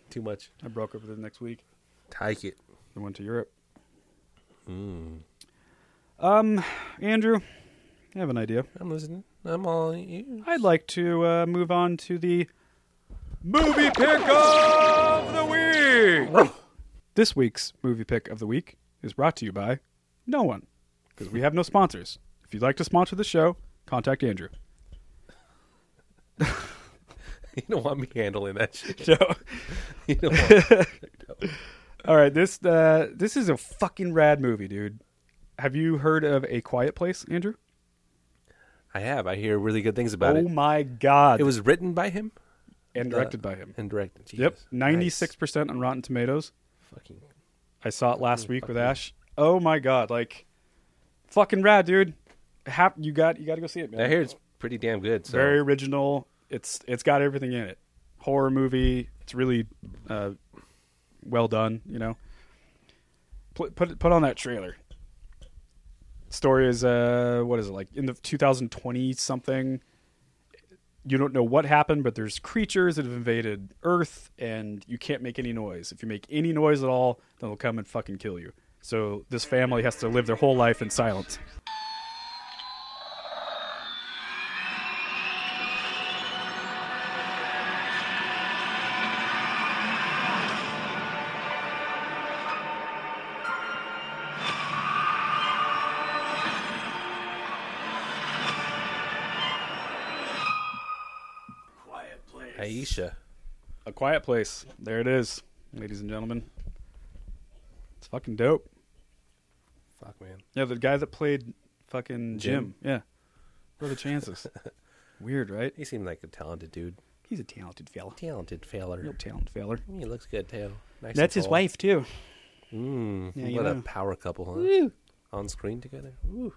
Too much.
I broke up with her the next week.
Take it.
and went to Europe.
Hmm.
Um, Andrew, I have an idea.
I'm listening. I'm all you.
I'd like to uh, move on to the movie pick of the week. this week's movie pick of the week is brought to you by no one because we have no sponsors. If you'd like to sponsor the show, contact Andrew.
You don't want me handling that shit.
So,
You don't want-
all right, this uh, this is a fucking rad movie, dude. Have you heard of A Quiet Place, Andrew?
I have. I hear really good things about
oh
it.
my god!
It was written by him
and
Uh,
directed by him.
and directed.
Yep,
Jesus.
ninety six percent on Rotten Tomatoes.
Fucking.
I saw it last week with Ash. Oh my god! Like, fucking rad, dude. Hap- you got you got to go see it, man.
I hear it's pretty damn good. So
very original. It's it's got everything in it. Horror movie. It's really uh, well done. You know, put put put on that trailer. Story is uh what is it like in the 2020 something. You don't know what happened, but there's creatures that have invaded Earth, and you can't make any noise. If you make any noise at all, then they'll come and fucking kill you. So this family has to live their whole life in silence.
Aisha.
A Quiet Place. There it is, ladies and gentlemen. It's fucking dope.
Fuck man.
Yeah, the guy that played fucking Jim.
Jim.
Yeah. What are the chances? Weird, right?
He seemed like a talented dude.
He's a talented fella.
Talented feller.
Real talent feller.
He looks good too. Nice
That's
and
his
tall.
wife too.
Mm,
Yeah, you
what
know.
a power couple, huh?
Woo.
On screen together. Ooh.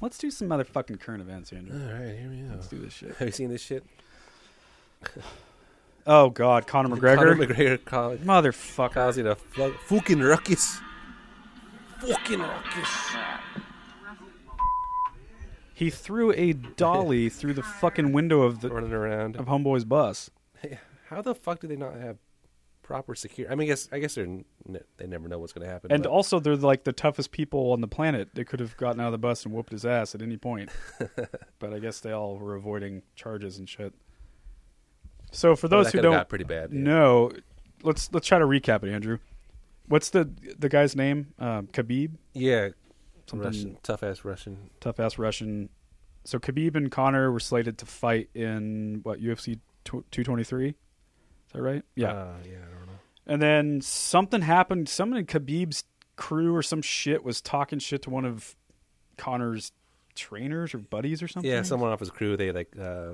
Let's do some motherfucking current events, Andrew.
All right, here we go.
Let's do this shit.
Have you seen this shit?
Oh God, Conor McGregor.
Conor McGregor called,
Motherfucker.
causing a fu- fucking ruckus.
Fucking ruckus.
He threw a dolly through the fucking window of the
running around
of homeboy's bus.
How the fuck do they not have proper security? I mean, I guess I guess they're n- they never know what's going to happen.
And
but-
also, they're like the toughest people on the planet. They could have gotten out of the bus and whooped his ass at any point. but I guess they all were avoiding charges and shit. So for
Well,
those
that
who
could've
don't
got pretty bad, yeah.
know, let's let's try to recap it, Andrew. What's the the guy's name? Um, Khabib,
yeah,
Something-
Russian tough ass Russian.
tough ass Russian. So Khabib and Connor were slated to fight in what UFC two twenty three. Is that right? Yeah.
Uh, yeah, I don't know.
And then something happened. Someone in Khabib's crew or some shit was talking shit to one of Connor's trainers or buddies or something.
Yeah, someone off his crew they like uh,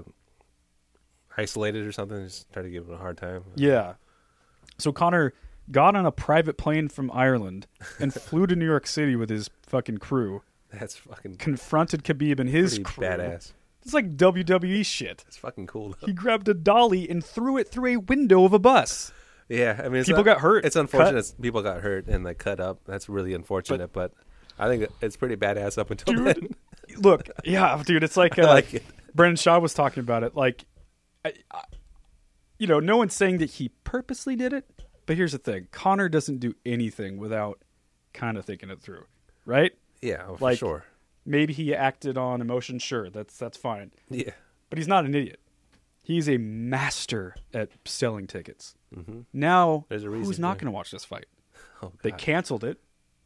isolated or something. Just tried to give him a hard time.
Yeah. So Connor got on a private plane from Ireland and flew to New York City with his fucking crew.
That's fucking
Confronted Khabib and his
pretty
crew.
badass.
It's like WWE shit.
It's fucking cool. Though.
He grabbed a dolly and threw it through a window of a bus.
Yeah, I mean, it's
People
not-
got hurt,
It's
cut.
unfortunate it's- people got hurt and like cut up. That's really unfortunate, but, I think it's pretty badass up until then.
Look, yeah, dude, it's like, uh,
like it.
Brendan Shaw was talking about it. Like, I, I, you know, no one's saying that he purposely did it, but here's the thing: Connor doesn't do anything without kind of thinking it through, right?
Yeah, oh, for
like,
sure.
Maybe he acted on emotion. Sure, that's that's fine.
Yeah,
But he's not an idiot. He's a master at selling tickets. Now,
Mm-hmm. There's a
who's
reason
not
for it.
going to watch this fight?
Oh,
they
God. Uh-huh.
canceled it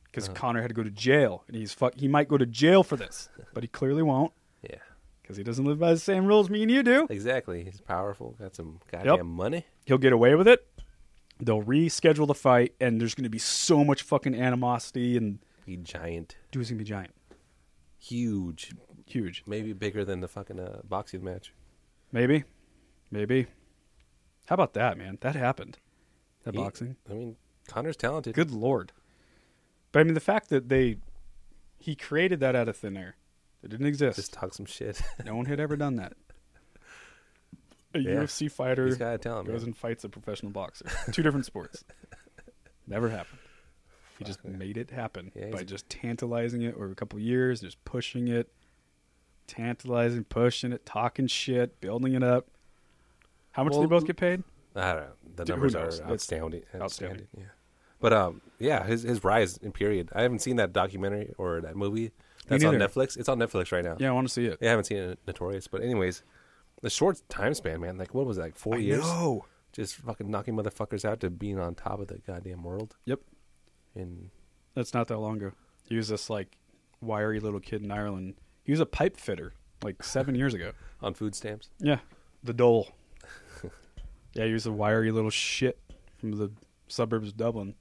because Connor had to go to jail, and he's fuck. He might go to jail for this, but he clearly won't
yeah,
because he doesn't live by the same rules me and you do.
exactly. He's powerful. Got some goddamn money.
He'll get away with it. They'll reschedule the fight, and there's going to be so much fucking animosity, and
He giant,
dude, it's going to be giant,
huge,
huge.
maybe bigger than the fucking uh, boxing match.
Maybe, maybe. How about that, man? That happened. That
He-
boxing.
I mean, Connor's talented.
Good lord. But I mean, the fact that they he created that out of thin air, it didn't exist.
Just talk some shit.
no one had ever done that. A
Yeah.
UFC fighter
He's got a talent,
goes
man.
and fights a professional boxer. Two different sports. Never happened. He just made it happen
Yeah, he's
by
a-
just tantalizing it over a couple years, just pushing it, tantalizing, pushing it, talking shit, building it up. How much do
Well,
they both get paid?
I don't know. The
Dude, who
numbers
knows?
are
It's
outstanding.
outstanding.
Yeah. But um, yeah, his his rise in period. I haven't seen that documentary or that movie. That's on
neither.
Netflix. It's on Netflix right now.
Yeah, I want to see it.
Yeah, I haven't seen it Notorious, but anyways, the short time span, man. Like, what was it, like four years?
know.
Just fucking knocking motherfuckers out to being on top of the goddamn world.
Yep.
And
That's not that long ago. He was this like wiry little kid in Ireland. He was a pipe fitter like seven years ago.
on food stamps.
Yeah, the Dole. yeah, he was a wiry little shit from the suburbs of Dublin.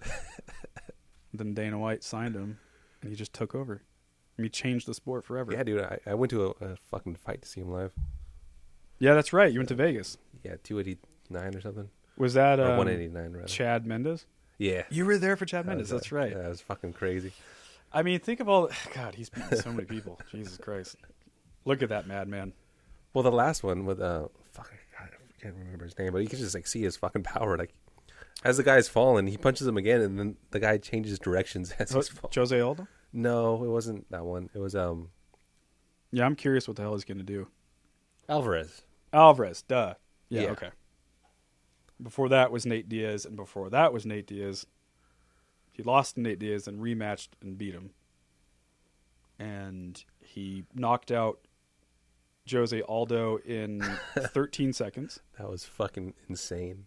then Dana White signed him, and he just took over. I mean, changed the sport forever.
Yeah, dude. I, I went to a, a fucking fight to see him live.
Yeah, that's right. You went to Vegas.
Yeah, two eighty nine or something.
Was that
Or
um,
189 rather?
Chad Mendes?
Yeah.
You were there for Chad
I
Mendes.
was, uh,
That's right.
Yeah, it was fucking crazy.
I mean, think of all. God, he's beaten so many people. Jesus Christ! Look at that madman.
Well, the last one with uh, fuck, I can't remember his name, but you can just like see his fucking power. Like as the guy's falling, he punches him again, and then the guy changes directions
Oh,
as he's falling.
Jose Aldo.
No, it wasn't that one. It was um
Yeah, I'm curious what the hell he's going to do.
Alvarez.
Alvarez, duh. Yeah,
Yeah.
okay. Before that was Nate Diaz, and before that was Nate Diaz. He lost to Nate Diaz and rematched and beat him. And he knocked out Jose Aldo in 13 seconds.
That was fucking insane.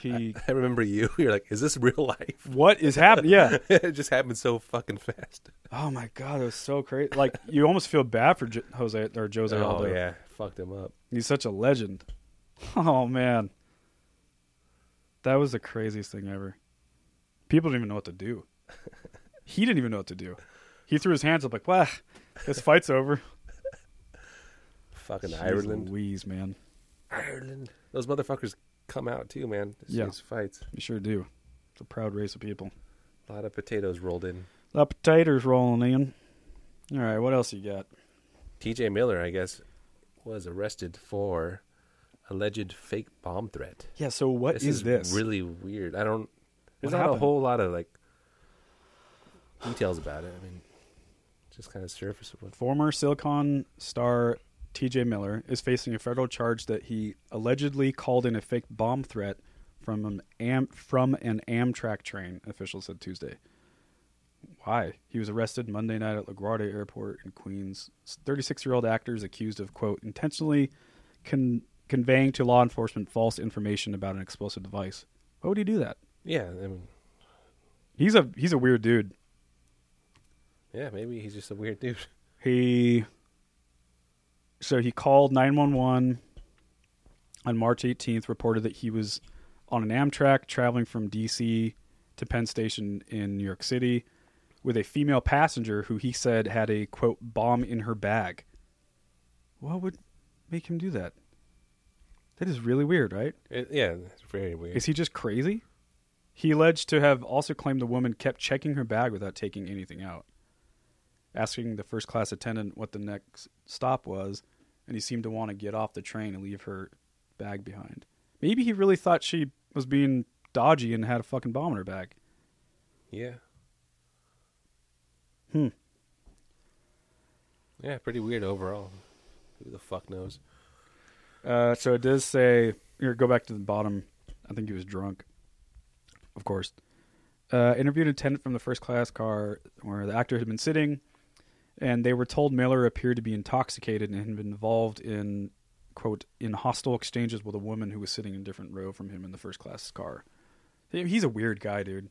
He
I remember you. You're like, is this real life?
What is happening? Yeah.
it just happened so fucking fast.
Oh my god, it was so crazy. Like you almost feel bad for J- Jose or Jose
Oh,
Aldo.
yeah. Fucked him up.
He's such a legend. Oh man. That was the craziest thing ever. People didn't even know what to do. he didn't even know what to do. He threw his hands up like, "Wow, this fight's over."
Fucking
Jeez
Ireland.
Louise, man.
Ireland. Those motherfuckers come out too, man. It's
Yeah.
these fights.
You sure do. It's a proud race of people.
A lot of potatoes rolled in.
The potatoes rolling in. All right, what else you got?
TJ Miller, I guess, was arrested for alleged fake bomb threat.
Yeah, so what
this
is this?
Really weird. I don't. There's
What
not
happened?
a whole lot of like details about it. I mean, just kind of surface of what.
Former Silicon star TJ Miller is facing a federal charge that he allegedly called in a fake bomb threat from an Am- from an Amtrak train, officials said Tuesday. Why? He was arrested Monday night at LaGuardia Airport in Queens. 36-year-old actor is accused of quote intentionally con- conveying to law enforcement false information about an explosive device. Why would he do that?
Yeah, I mean,
He's a he's a weird dude.
yeah. Maybe he's just a weird dude.
He so he called 911 on March 18th reported that he was on an Amtrak traveling from DC to Penn Station in New York City with a female passenger who he said had a quote bomb in her bag. What would make him do that? That is really weird, right?
It, yeah, it's very weird.
Is he just crazy? He alleged to have also claimed the woman kept checking her bag without taking anything out, asking the first class attendant what the next stop was, and he seemed to want to get off the train and leave her bag behind. Maybe he really thought she was being dodgy and had a fucking bomb in her bag.
Yeah,
Hmm.
yeah. Pretty weird overall. Who the fuck knows?
Uh, so it does say here. Go back to the bottom. I think he was drunk, of course. Uh, interviewed an attendant from the first class car where the actor had been sitting, and they were told Miller appeared to be intoxicated and had been involved in quote in hostile exchanges with a woman who was sitting in a different row from him in the first class car. He- He's a weird guy, dude.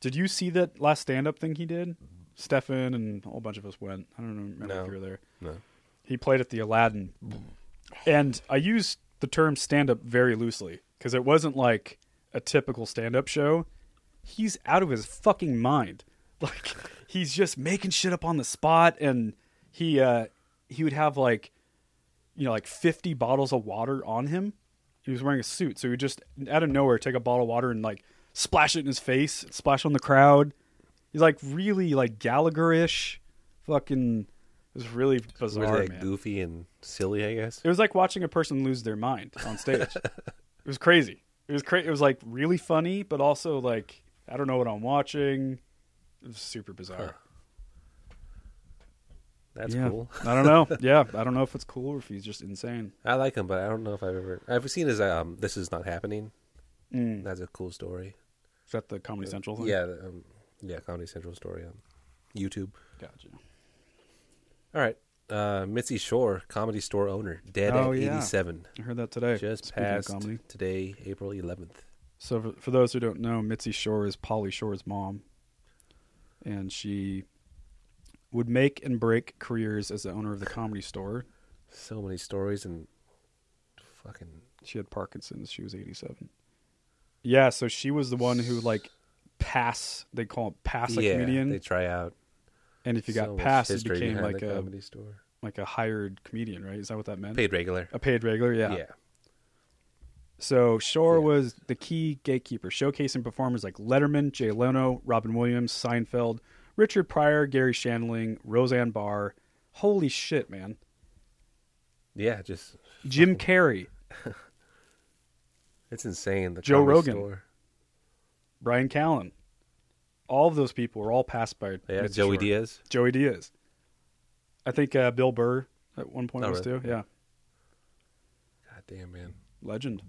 Did you see that last stand up thing he did? Stefan and a whole bunch of us went. I don't remember if
Mm-hmm. No.
you were there.
No.
He played at the Aladdin. And I use the term stand up very loosely because it wasn't like a typical stand up show. He's out of his fucking mind. Like he's just making shit up on the spot and he uh he would have like you know like 50 bottles of water on him. He was wearing a suit, so he would just out of nowhere take a bottle of water and like splash it in his face, splash on the crowd. He's like really like Gallagher-ish, fucking. It was really bizarre,
Really, like,
man.
goofy and silly, I guess.
It was like watching a person lose their mind on stage. it was crazy. It was cra- It was like really funny, but also like I don't know what I'm watching. It was super bizarre.
That's
Yeah.
cool.
I don't know. Yeah, I don't know if it's cool or if he's just insane.
I like him, but I don't know if I've ever. I've seen his um. This is not happening.
Mm.
That's a cool story.
Is that the Comedy Central thing?
Uh, Yeah, um, yeah. Comedy Central story on YouTube.
Gotcha.
All right. Uh, Mitzi Shore, comedy store owner, dead
Oh,
at
yeah.
87.
I heard that today.
Just
Speaking of
passed
comedy.
today, April 11th.
So for, for those who don't know, Mitzi Shore is Polly Shore's mom, and she would make and break careers as the owner of the Comedy Store.
So many stories and fucking.
She had Parkinson's. She was 87. Yeah, so she was the one who like pass. They call it pass a
yeah,
comedian.
They try out.
And if you got
So much
past, it
history
became
behind
like
the
a
comedy store.
like a hired comedian, right? Is that what that meant?
Paid regular.
A paid regular, yeah.
Yeah.
So Shore was the key gatekeeper, showcasing performers like Letterman, Jay Leno, Robin Williams, Seinfeld, Richard Pryor, Gary Shandling, Roseanne Barr. Holy shit, man!
Yeah, just
Jim Carrey,
it's insane. The
Joe
comedy
Rogan,
store.
Brian Callen, all of those people were all passed by.
Yeah,
Mr. Shore.
Joey Diaz.
Joey Diaz. I think uh, Bill Burr at one point
Oh,
was
really?
too. Yeah.
God damn man.
Legend.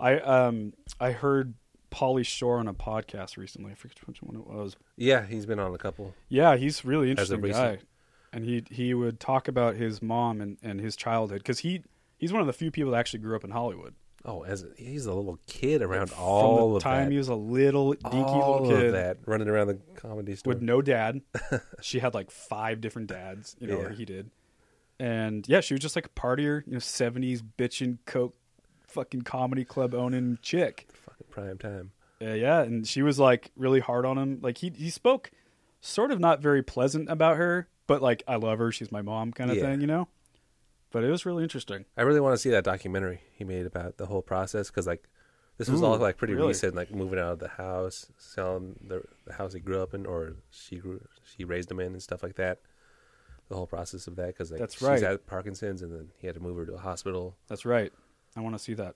I um I heard Polly Shore on a podcast recently. I forget which one it was.
Yeah, he's been on a couple.
Yeah, he's really
As of
interesting guy,
recent.
and he he would talk about his mom and, and his childhood because he he's one of the few people that actually grew up in Hollywood.
Oh, as he's a little kid around
From
all
the
of
time
that.
he was a little dinky
all
little kid
of that running around the comedy store.
with no dad. she had like five different dads, you know, or
Yeah.
he did. And yeah, she was just like a partier, you know, seventies bitchin' coke, fucking comedy club owning chick.
Fucking prime time.
Yeah, yeah, and she was like really hard on him. Like he he spoke sort of not very pleasant about her, but like I love her, she's my mom kind of
Yeah.
thing, you know. But it was really interesting.
I really want to see that documentary he made about the whole process because like this was
Ooh,
all like pretty
really?
recent, like moving out of the house, selling the, the house he grew up in, or she grew, she raised him in, and stuff like that. The whole process of that because like
That's
she's
right.
had Parkinson's, and then he had to move her to a hospital.
That's right. I want to see that.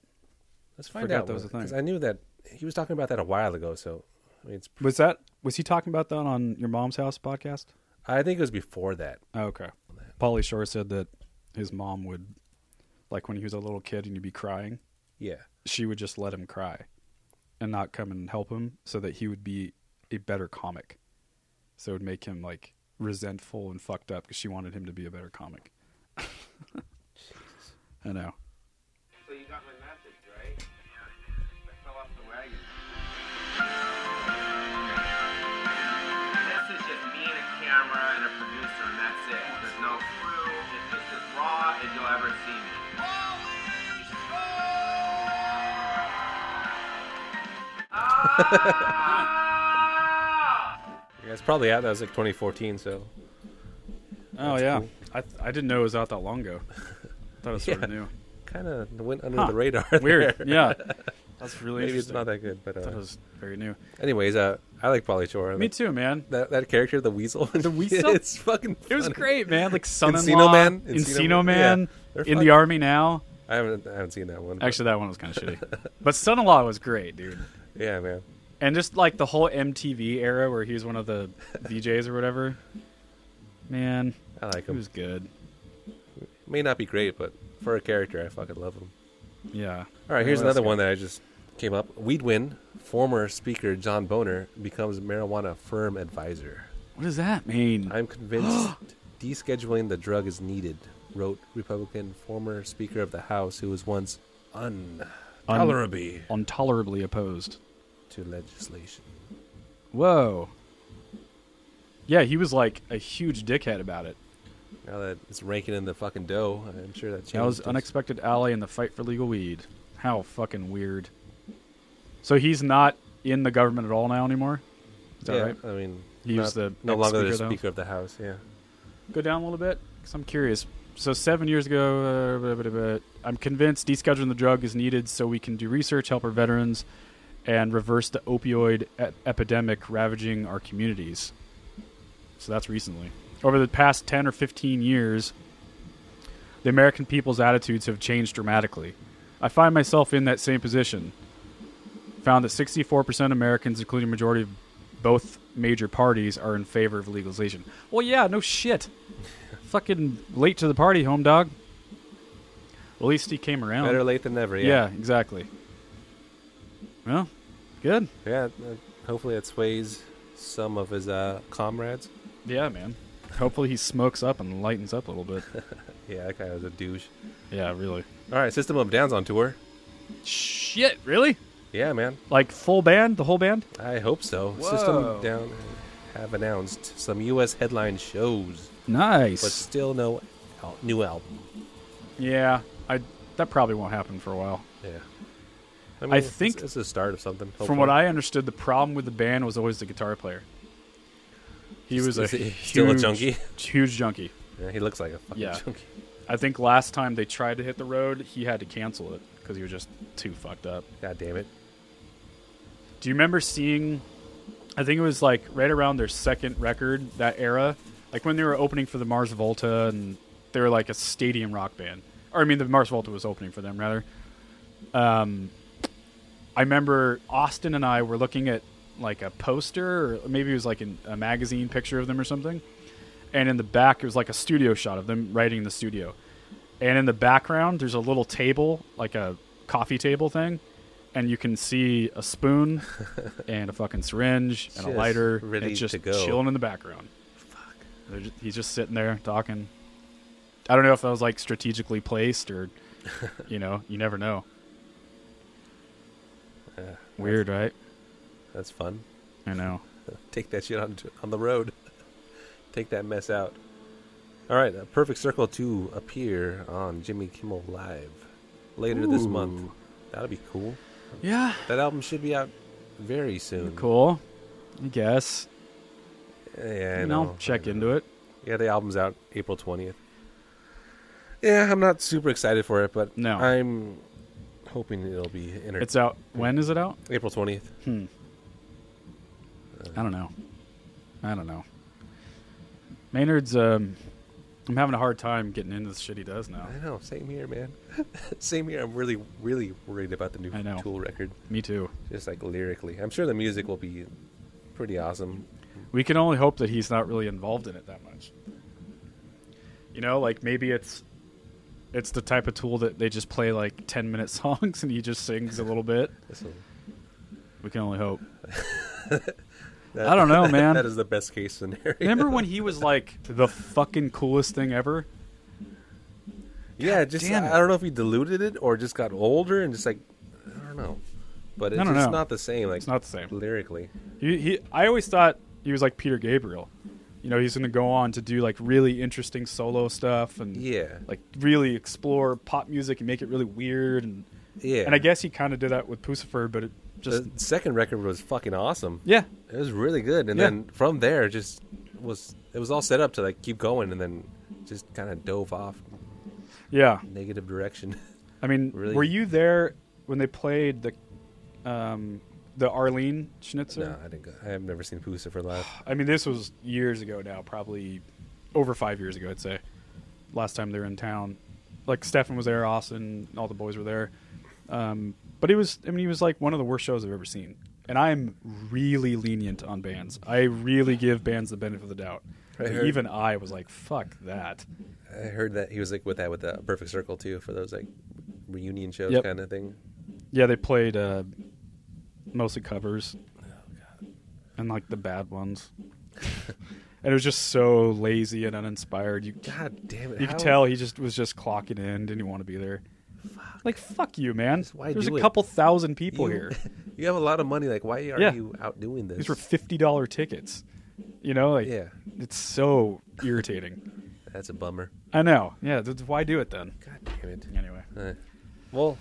Let's find
Forgot
out
that was a
because
thing.
I knew that he was talking about that a while ago. So I mean, it's
Was that was he talking about that on your mom's house podcast?
I think it was before that.
Oh, okay. Polly Shore said that his mom would, like when he was a little kid and he'd be crying.
Yeah.
She would just let him cry and not come and help him so that he would be a better comic. So it would make him like resentful and fucked up because she wanted him to be a better comic. I know.
So you got my message, right? I fell off the wagon. This is just me and a camera and a producer, and that's it. There's no crew. It's just as raw as you'll ever see me. Ah!
Yeah, it's probably out. That was like 2014. So
Oh,
That's
yeah.
cool.
I, I didn't know it was out that long ago. thought it was sort
Yeah.
of new.
kind of went under
Huh.
the radar.
Weird.
there.
Yeah. That's really
Maybe it's
interesting.
not that good, but uh,
thought it was very new.
Anyways, uh, I like Polly Shore.
Me too, man.
That, that character, the weasel. The
weasel?
it's fucking.
It was
funny.
great, man. Like son-in-law,
Encino Man.
Encino Man,
They're
in
fucking-
the army now.
I haven't, I haven't seen that one. but-
Actually, that one was kind of shitty. But son-in-law was great, dude.
Yeah, man.
And just like the whole MTV era where he was one of the VJs or whatever. Man,
I like
He
him.
was good.
May not be great, but for a character, I fucking love him.
Yeah.
All right, here's another one that I just came up. Weedwin, former speaker John Boner, becomes marijuana firm advisor.
What does that mean?
I'm convinced descheduling the drug is needed, wrote Republican former Speaker of the House, who was once untolerably
Intolerably opposed.
to legislation.
Whoa. Yeah, he was like a huge dickhead about it.
Now that it's ranking in the fucking dough, I'm sure that changed.
That was
his-
unexpected ally in the fight for legal weed. How fucking weird. So he's not in the government at all now anymore. Is that
Yeah,
right?
I mean,
he
not-
was the
no longer the
ex-speaker, though?
Speaker of the House. Yeah,
Go down a little bit because I'm curious. So seven years ago, uh, blah, blah, blah, I'm convinced descheduling the drug is needed so we can do research, help our veterans, and reverse the opioid e- epidemic ravaging our communities. So that's recently. Over the past 10 or 15 years, the American people's attitudes have changed dramatically. I find myself in that same position. Found that 64% Americans, including majority of both major parties, are in favor of legalization. Well, yeah, no shit. Fucking late to the party, home dog. At least he came around.
better late than never.
Yeah,
Yeah,
exactly. Well, good.
yeah. uh, hopefully, it sways some of his uh, comrades.
Yeah, man. Hopefully he smokes up and lightens up a little bit.
Yeah, that guy was a douche.
yeah, really.
All right, System of a Down's on tour.
Shit, really?
Yeah, man.
Like full band, the whole band?
I hope so. System of a Down have announced some U.S. headline shows,
Nice.
but still no al- new album.
yeah, I that probably won't happen for a while.
Yeah.
I
it's-
think-
it's, the start of something.
From what I understood, the problem with the band was always the guitar player. He was
Is
a
he
huge,
still a junkie?
Huge junkie.
Yeah, he looks like a fucking junkie.
I think last time they tried to hit the road, he had to cancel it because he was just too fucked up.
God damn it.
Do you remember seeing? I think it was like right around their second record, that era, like when they were opening for the Mars Volta, and they were like a stadium rock band. Or I mean, the Mars Volta was opening for them rather. Um, I remember Austin and I were looking at like a poster, or maybe it was like an, a magazine picture of them or something. And in the back, it was like a studio shot of them writing in the studio. And in the background, there's a little table, like a coffee table thing, and you can see a spoon and a fucking syringe and
Just
a lighter. and
ready
it's just
to go.
chilling in the background. Fuck. he's just sitting there talking. I don't know if that was like strategically placed or, you know, you never know. Weird, right?
That's fun.
I know.
Take that shit on on the road. Take that mess out. All right, a perfect circle to appear on Jimmy Kimmel Live later this month.
Ooh.
That'll be cool.
Yeah.
That album should be out very soon.
Cool. I guess.
Yeah, I
You know,
know.
check into it.
Yeah, the album's out April 20th. Yeah, I'm not super excited for it, but
No.
I'm hoping it'll be entertaining.
It's out. When is it out?
April 20th.
Hmm. I don't know. I don't know. Maynard's. Um, I'm having a hard time getting into the shit he does now.
I know. Same here, man. same here. I'm really, really worried about the new
I know.
Tool record.
Me too.
Just like lyrically, I'm sure the music will be pretty awesome.
We can only hope that he's not really involved in it that much. You know, like maybe it's it's the type of tool that they just play like 10 minute songs and he just sings a little bit. We can only hope.
That-
I don't know, man.
that is the best case scenario.
Remember when he was like the fucking coolest thing ever?
yeah, just
damn it.
I don't know if he diluted it or just got older and just like I don't know, but it's
I don't
just
know.
not the same. Like
It's not the same.
lyrically.
He, he, I always thought he was like Peter Gabriel. You know, he's going to go on to do like really interesting solo stuff and
Yeah.
like really explore pop music and make it really weird and
Yeah. Uh,
And I guess he kind of did that with Pucifer, but it just
the second record was fucking awesome.
Yeah.
it was really good, and
Yeah.
then from there, it just was it was all set up to like keep going, and then just kind of dove off
yeah.
negative direction.
I mean,
Really-
were you there when they played the um the Arlene Schnitzer?
No, I didn't. Go, I have never seen Pucifer live.
I mean, this was years ago now, probably over five years ago, I'd say. Last time they were in town, like Stefan was there, Austin, all the boys were there. Um, but it was, I mean, he was like one of the worst shows I've ever seen. And I'm really lenient on bands. I really give bands the benefit of the doubt.
I
And
heard-
Even I was like, "Fuck that."
I heard that he was like with that with the Perfect Circle too for those like reunion shows
Yep.
kind of thing.
Yeah, they played uh, mostly covers. And like the bad ones. and it was just so lazy and uninspired. You
God damn it,
You
how-
could tell he just was just clocking in, didn't want to be there. Like fuck you, man.
why
There's
do
a
it?
couple thousand people
You-
here.
You have a lot of money. Like, why are
Yeah.
you out doing this?
These were fifty dollar tickets. You know, like
Yeah.
it's so irritating.
That's a bummer.
I know. Yeah, th- why do it then?
God damn it.
Anyway.
Uh, well,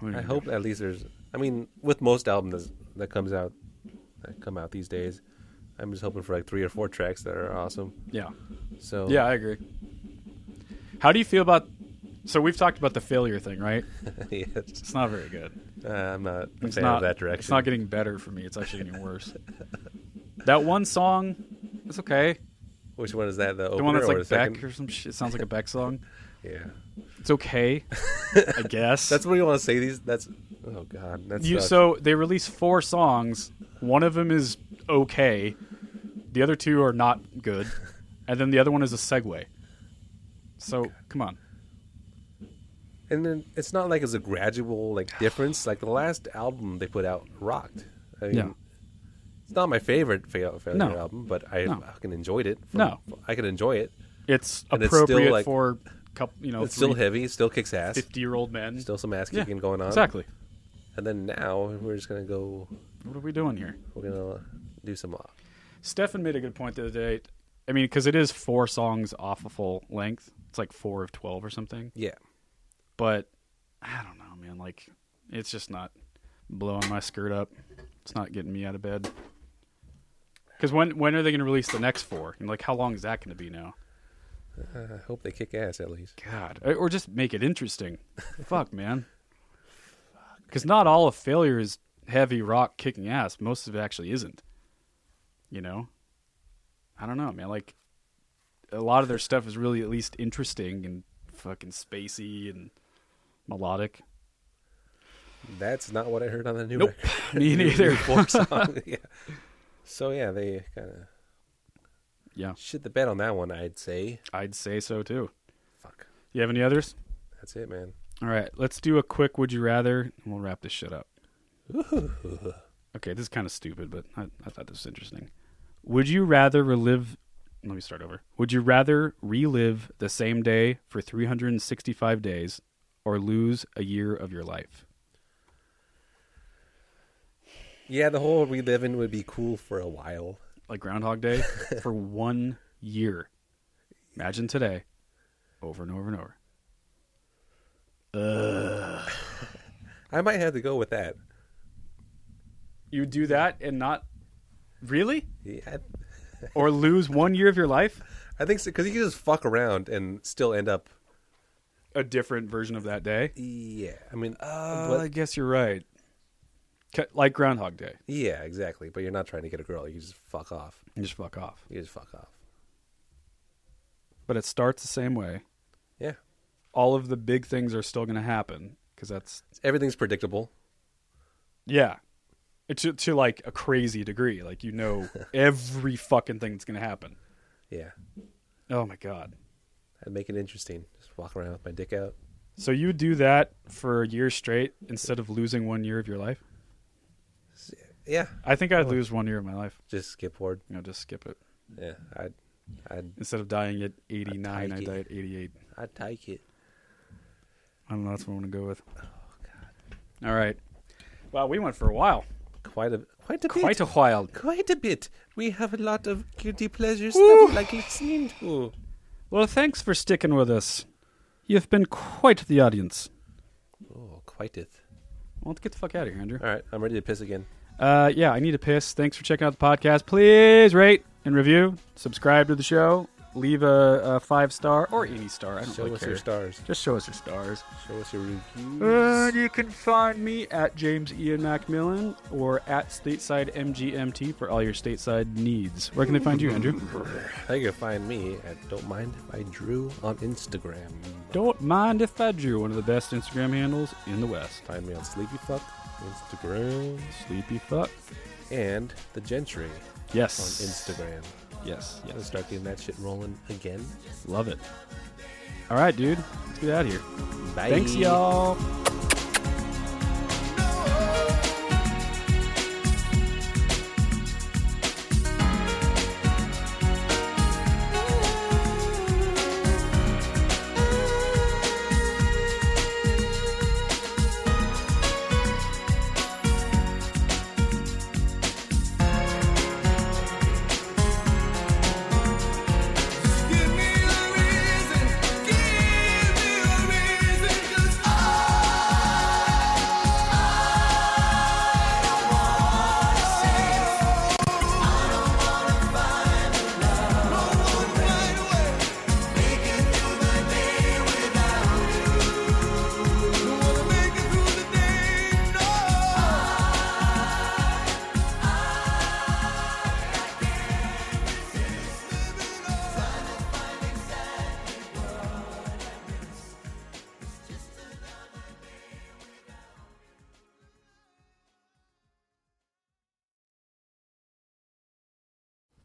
What are
I
you
hope at least there's. I mean, with most albums that, that comes out, that come out these days, I'm just hoping for like three or four tracks that are awesome.
Yeah.
So
Yeah, I agree. How do you feel about? So we've talked about the failure thing, right?
yes.
It's not very good.
Uh, I'm not a
It's
fan
not
of that direction.
It's not getting better for me. It's actually getting worse. that one song, it's okay.
Which one is that? The,
the one
opener
that's
or
like
the second?
Beck or some shit. Sounds like a Beck song.
Yeah.
It's okay, I guess.
That's what you want to say. These. That's. Oh God. That's
you, so they release four songs. One of them is okay. The other two are not good, and then the other one is a segue. So come on.
And then it's not like it's a gradual like difference. Like the last album they put out rocked. I mean,
Yeah.
it's not my favorite fail, failure
No.
album, but I
No.
fucking enjoyed it. from-
No.
I could enjoy it.
It's
And
appropriate
still, like,
for couple, you know,
it's still
three-
heavy, it still kicks ass,
50 year old men.
still some ass
Yeah,
kicking going on.
Exactly.
And then now we're just gonna go.
What are we doing here?
We're gonna do some. Uh,
Stefan made a good point the other day. I mean, because it is four songs off a full length. It's like four of 12 or something.
yeah.
But I don't know, man. Like, it's just not blowing my skirt up. It's not getting me out of bed. Because when when are they going to release the next four? And like, how long is that going to be now?
Uh, I hope they kick ass at least.
God, or or just make it interesting. Fuck, man. Because not all of failure is heavy rock kicking ass. Most of it actually isn't. You know, I don't know, man. Like, a lot of their stuff is really at least interesting and fucking spacey and melodic.
That's not what I heard on the new
Nope,
record.
me
New- new
neither.
Fork song. yeah. So yeah, they kind of
yeah
shit the bed on that one. I'd say.
I'd say so too.
Fuck.
You have any others?
That's it, man.
All right, let's do a quick would you rather, and we'll wrap this shit up. Okay, this is kind of stupid, but I, I thought this was interesting. Would you rather relive? Let me start over. Would you rather relive the same day for 365 days, or lose a year of your life?
Yeah, the whole reliving would be cool for a while.
Like Groundhog Day for one year. Imagine today, over and over and over. Ugh.
I might have to go with that.
You do that and not really,
Yeah.
or lose one year of your life?
I think so because you can just fuck around and still end up.
A different version of that day.
Yeah, I mean,
Uh,
what-
I guess you're right. Ca- Like Groundhog Day.
yeah, exactly. But you're not trying to get a girl. You just fuck off.
You just fuck off.
You just fuck off.
But it starts the same way.
Yeah.
All of the big things are still going to happen because that's
Everything's predictable.
yeah. It to to like a crazy degree. Like you know every fucking thing that's going to happen.
Yeah,
Oh my god.
I'd make it interesting. Just walk around with my dick out.
So you do that for a year straight instead of losing one year of your life?
Yeah,
I think I'd lose one year of my life.
just get bored.
You know, just skip it.
Yeah, I'd, I'd,
Instead of dying at 89, I
take it.
die at 88.
I'd take it.
I don't know. That's what I'm going to go with. Oh, God. All right. Wow, we went for a while.
Quite a, quite a bit.
Quite a while.
Quite a bit. We have a lot of guilty pleasures
Woo.
that we like listening to.
Well, thanks for sticking with us. You've been quite the audience.
Oh, quite it.
Well, let's get the fuck out of here, Andrew.
All right, I'm ready to piss again.
Uh, yeah, I need a piss. Thanks for checking out the podcast. Please rate and review, subscribe to the show, leave a, a five star or any star. I don't
Show
really
us
care.
your stars.
Just show us your stars.
Show us your reviews.
Uh, you can find me at James Ian Macmillan or at Stateside MGMT for all your stateside needs. Where can they find you, Andrew?
They can find me at Don't Mind If I Drew on Instagram.
Don't mind if I drew one of the best Instagram handles in the West.
Find me on Sleepy Fuck Instagram
Sleepy fuck.
and The Gentry
Yes.
on Instagram.
Yes.
Gonna
Yes.
start getting that shit rolling again.
Love it. All right, dude. Let's get out of here.
Bye.
Thanks, y'all.